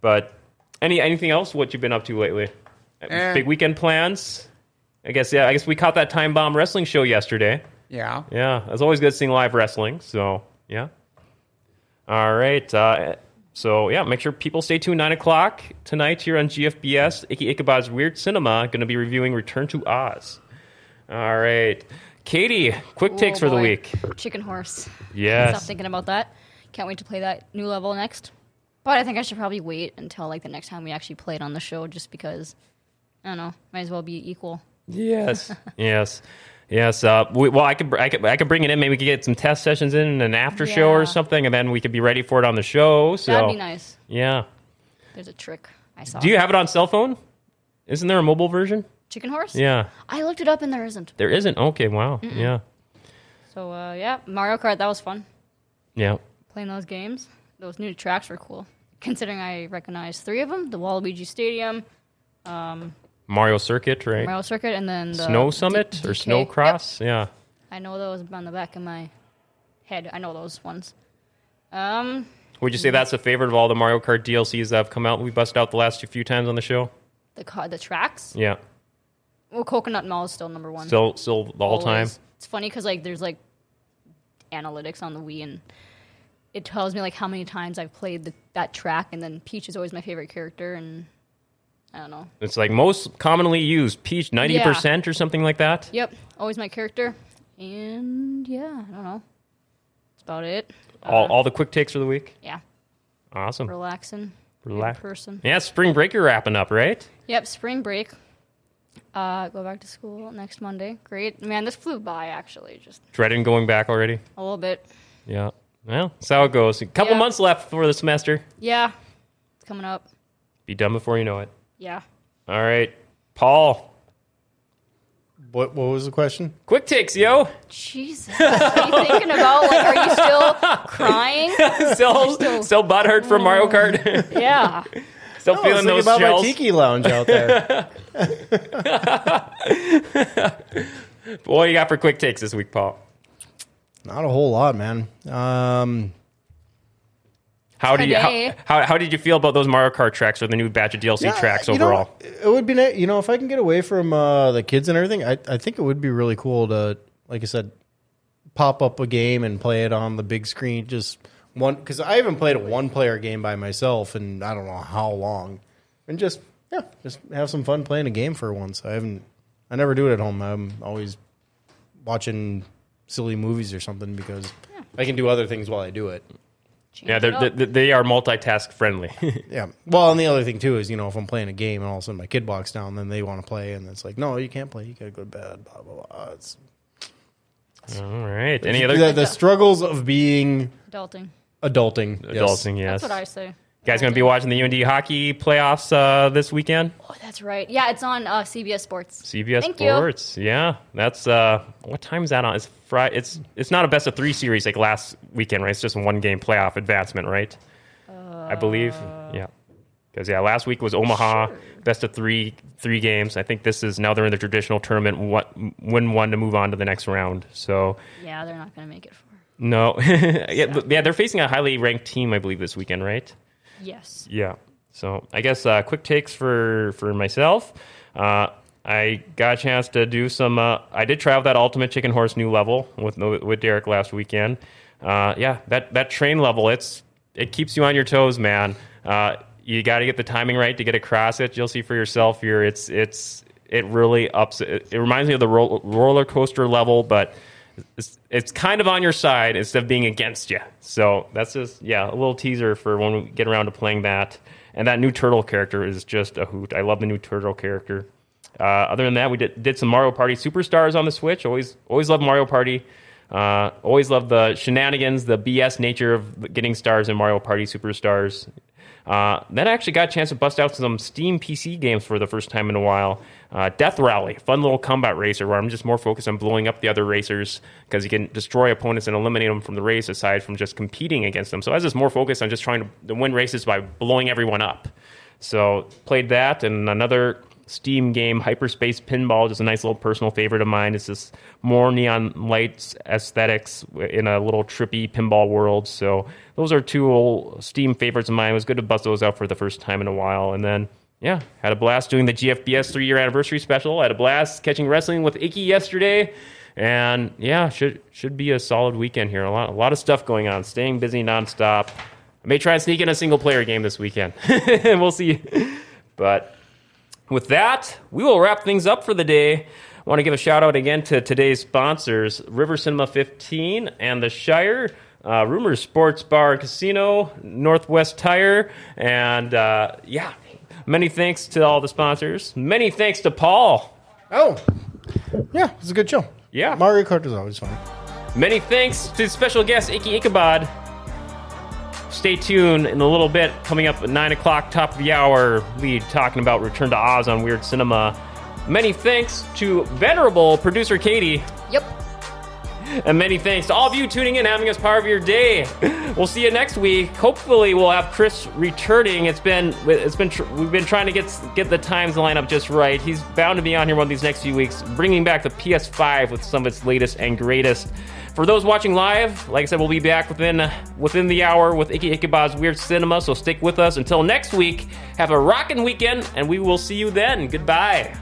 [SPEAKER 1] but any anything else? What you've been up to lately?
[SPEAKER 4] Eh.
[SPEAKER 1] Big weekend plans? I guess yeah. I guess we caught that time bomb wrestling show yesterday.
[SPEAKER 4] yeah.
[SPEAKER 1] Yeah, it's always good seeing live wrestling. So yeah. All right. Uh, so yeah, make sure people stay tuned nine o'clock tonight here on GFBS. Icky Ichabod's Weird Cinema going to be reviewing Return to Oz. All right, Katie, quick
[SPEAKER 3] Ooh,
[SPEAKER 1] takes for the
[SPEAKER 3] Oh, boy.
[SPEAKER 1] week.
[SPEAKER 3] Chicken horse. Stop
[SPEAKER 1] Yes.
[SPEAKER 3] thinking about that. Can't wait to play that new level next. But I think I should probably wait until like the next time we actually play it on the show, just because I don't know. Might as well be equal.
[SPEAKER 1] Yes. [LAUGHS] yes. Yes. Uh, we, well, I could, br- I could, I could bring it in. Maybe we could get some test sessions in and an after show
[SPEAKER 3] Yeah.
[SPEAKER 1] or something, and then we could be ready for it on the show. So
[SPEAKER 3] That'd be nice.
[SPEAKER 1] Yeah.
[SPEAKER 3] There's a trick I saw.
[SPEAKER 1] Do you have it on cell phone? Isn't there a mobile version?
[SPEAKER 3] chicken horse?
[SPEAKER 1] Yeah.
[SPEAKER 3] I looked it up and there isn't.
[SPEAKER 1] There isn't. Okay. Wow. Yeah.
[SPEAKER 3] So uh, yeah, Mario Kart. That was fun
[SPEAKER 1] Yeah.
[SPEAKER 3] playing those games. Those new tracks were cool. Considering I recognize three of them: the Waluigi Stadium,
[SPEAKER 1] Mario Circuit, right?
[SPEAKER 3] Mario Circuit, and then the
[SPEAKER 1] Snow Summit
[SPEAKER 3] D-
[SPEAKER 1] or
[SPEAKER 3] DK.
[SPEAKER 1] Snow
[SPEAKER 3] Yep.
[SPEAKER 1] Cross? Yeah.
[SPEAKER 3] I know those on the back of my head. I know those ones. Um,
[SPEAKER 1] Would you say that's a favorite of all the Mario Kart DLCs that have come out? We bust out the last few times on the show.
[SPEAKER 3] the ca- the tracks.
[SPEAKER 1] Yeah.
[SPEAKER 3] Well, Coconut Mall is still number one.
[SPEAKER 1] Still, still the all time.
[SPEAKER 3] Always. It's funny because like there's like analytics on the Wii, and it tells me like how many times I've played the, that track. And then Peach is always my favorite character, and I don't know.
[SPEAKER 1] It's like most commonly used. Peach, ninety percent or something like that.
[SPEAKER 3] Yep, always my character. And yeah, I don't know. That's about it.
[SPEAKER 1] all, all the quick takes for the week.
[SPEAKER 3] Yeah,
[SPEAKER 1] Awesome.
[SPEAKER 3] relaxing. in
[SPEAKER 1] Relax.
[SPEAKER 3] Person.
[SPEAKER 1] Yeah, spring break you're wrapping up, right?
[SPEAKER 3] Yep, spring break. Uh, go back to school next Monday. Great, man. This flew by actually, just
[SPEAKER 1] Dreading going back already.
[SPEAKER 3] a little bit.
[SPEAKER 1] Yeah. Well, that's how it goes. A couple
[SPEAKER 3] Yeah.
[SPEAKER 1] months left for the semester.
[SPEAKER 3] Yeah, it's coming up.
[SPEAKER 1] Be done before you know it.
[SPEAKER 3] Yeah.
[SPEAKER 1] All right. Paul,
[SPEAKER 2] What what was the question?
[SPEAKER 1] quick takes, yo.
[SPEAKER 3] Jesus, are you thinking about like, are you still crying?
[SPEAKER 1] [LAUGHS] Still, still butthurt from Mario
[SPEAKER 2] [LAUGHS]
[SPEAKER 1] Kart.
[SPEAKER 3] Yeah,
[SPEAKER 1] [LAUGHS] still
[SPEAKER 2] Oh, I was
[SPEAKER 1] feeling
[SPEAKER 2] thinking
[SPEAKER 1] those
[SPEAKER 2] about
[SPEAKER 1] shells.
[SPEAKER 2] my tiki lounge
[SPEAKER 1] [LAUGHS]
[SPEAKER 2] out there.
[SPEAKER 1] What do you got for quick takes this week, Paul?
[SPEAKER 2] Not a whole lot, man. Um,
[SPEAKER 1] How do you how,
[SPEAKER 3] Today.
[SPEAKER 1] how, how did you feel about those Mario Kart tracks or the new batch of DLC
[SPEAKER 2] yeah,
[SPEAKER 1] tracks
[SPEAKER 2] you know,
[SPEAKER 1] overall?
[SPEAKER 2] it would be nice, you know if I can get away from uh, the kids and everything. I I think it would be really cool to, like I said, pop up a game and play it on the big screen. Just one because I haven't played a one player game by myself in I don't know how long, and just yeah, just have some fun playing a game for once. I haven't. I never do it at home. I'm always watching silly movies or something because I can do other things while I do it.
[SPEAKER 3] Change
[SPEAKER 1] Yeah,
[SPEAKER 3] it
[SPEAKER 1] they're,
[SPEAKER 3] up.
[SPEAKER 1] they, they are multitask friendly. [LAUGHS]
[SPEAKER 2] Yeah. Well, and the other thing too is, you know, if I'm playing a game and all of a sudden my kid walks down, then they want to play, and it's like, no, you can't play. You gotta go to bed. Blah blah blah. It's
[SPEAKER 1] All right. Any other
[SPEAKER 2] the, the struggles of being
[SPEAKER 3] adulting.
[SPEAKER 2] adulting.
[SPEAKER 1] adulting? Yes.
[SPEAKER 3] That's what I say.
[SPEAKER 1] guys going to be watching the UND hockey playoffs uh, this weekend.
[SPEAKER 3] Oh, that's right. Yeah, it's on uh, CBS Sports.
[SPEAKER 1] CBS
[SPEAKER 3] Thank you.
[SPEAKER 1] Sports. Yeah, that's uh, what time's that on? It's Friday. It's it's not a best of three series like last weekend, right? It's just one game playoff advancement, right? I believe.
[SPEAKER 3] Uh,
[SPEAKER 1] Yeah, because yeah, last week was Omaha best of three three games. I think this is now they're in the traditional tournament. What win one to move on to the next round. So
[SPEAKER 3] Yeah, they're not gonna make it for.
[SPEAKER 1] no, [LAUGHS] yeah, but, yeah, they're facing a highly ranked team, I believe, this weekend, right?
[SPEAKER 3] Yes.
[SPEAKER 1] Yeah. So I guess uh, quick takes for for myself. Uh, I got a chance to do some. Uh, I did try out that Ultimate Chicken Horse new level with with Derek last weekend. Uh, yeah, that that train level. It's it keeps you on your toes, man. Uh, you got to get the timing right to get across it. You'll see for yourself here. It's it's it really ups. It, it reminds me of the ro- roller coaster level, but it's, it's kind of on your side instead of being against you. So that's just yeah, a little teaser for when we get around to playing that. And that new turtle character is just a hoot. I love the new turtle character. Uh, other than that, we did, did some Mario Party Superstars on the Switch. Always always love Mario Party. Uh, always love the shenanigans, the BS nature of getting stars in Mario Party Superstars. Uh, then I actually got a chance to bust out some Steam PC games for the first time in a while. Uh, Death Rally, fun little combat racer where I'm just more focused on blowing up the other racers because you can destroy opponents and eliminate them from the race aside from just competing against them. So I was just more focused on just trying to win races by blowing everyone up. So played that and another Steam game, Hyperspace Pinball, just a nice little personal favorite of mine. It's just more neon lights aesthetics in a little trippy pinball world. So those are two old Steam favorites of mine. It was good to bust those out for the first time in a while. And then, yeah, had a blast doing the GFBS three year anniversary special. Had a blast catching wrestling with Icky yesterday. And yeah, should should be a solid weekend here. A lot a lot of stuff going on. Staying busy nonstop. I may try and sneak in a single player game this weekend. [LAUGHS] we'll see. But with that, we will wrap things up for the day. I want to give a shout out again to today's sponsors River Cinema 15 and the Shire, uh, Rumors Sports Bar and Casino, Northwest Tire, and uh, yeah, many thanks to all the sponsors. Many thanks to Paul.
[SPEAKER 2] Oh, yeah, it's a good show.
[SPEAKER 1] Yeah.
[SPEAKER 2] Mario Kart is always fun.
[SPEAKER 1] Many thanks to special guest Icky Ichabod. Stay tuned in a little bit. Coming up at 9 o'clock, top of the hour, we talking about Return to Oz on Weird Cinema. Many thanks to venerable producer Katie,
[SPEAKER 3] Yep.
[SPEAKER 1] and many thanks to all of you tuning in, having us part of your day. We'll see you next week. Hopefully, we'll have Chris returning. It's been it's been tr- we've been trying to get get the times lined up just right. He's bound to be on here one of these next few weeks, bringing back the PS5 with some of its latest and greatest. For those watching live, like I said, we'll be back within within the hour with Icky Ichabod's Weird Cinema. So stick with us until next week. Have a rockin' weekend, and we will see you then. Goodbye.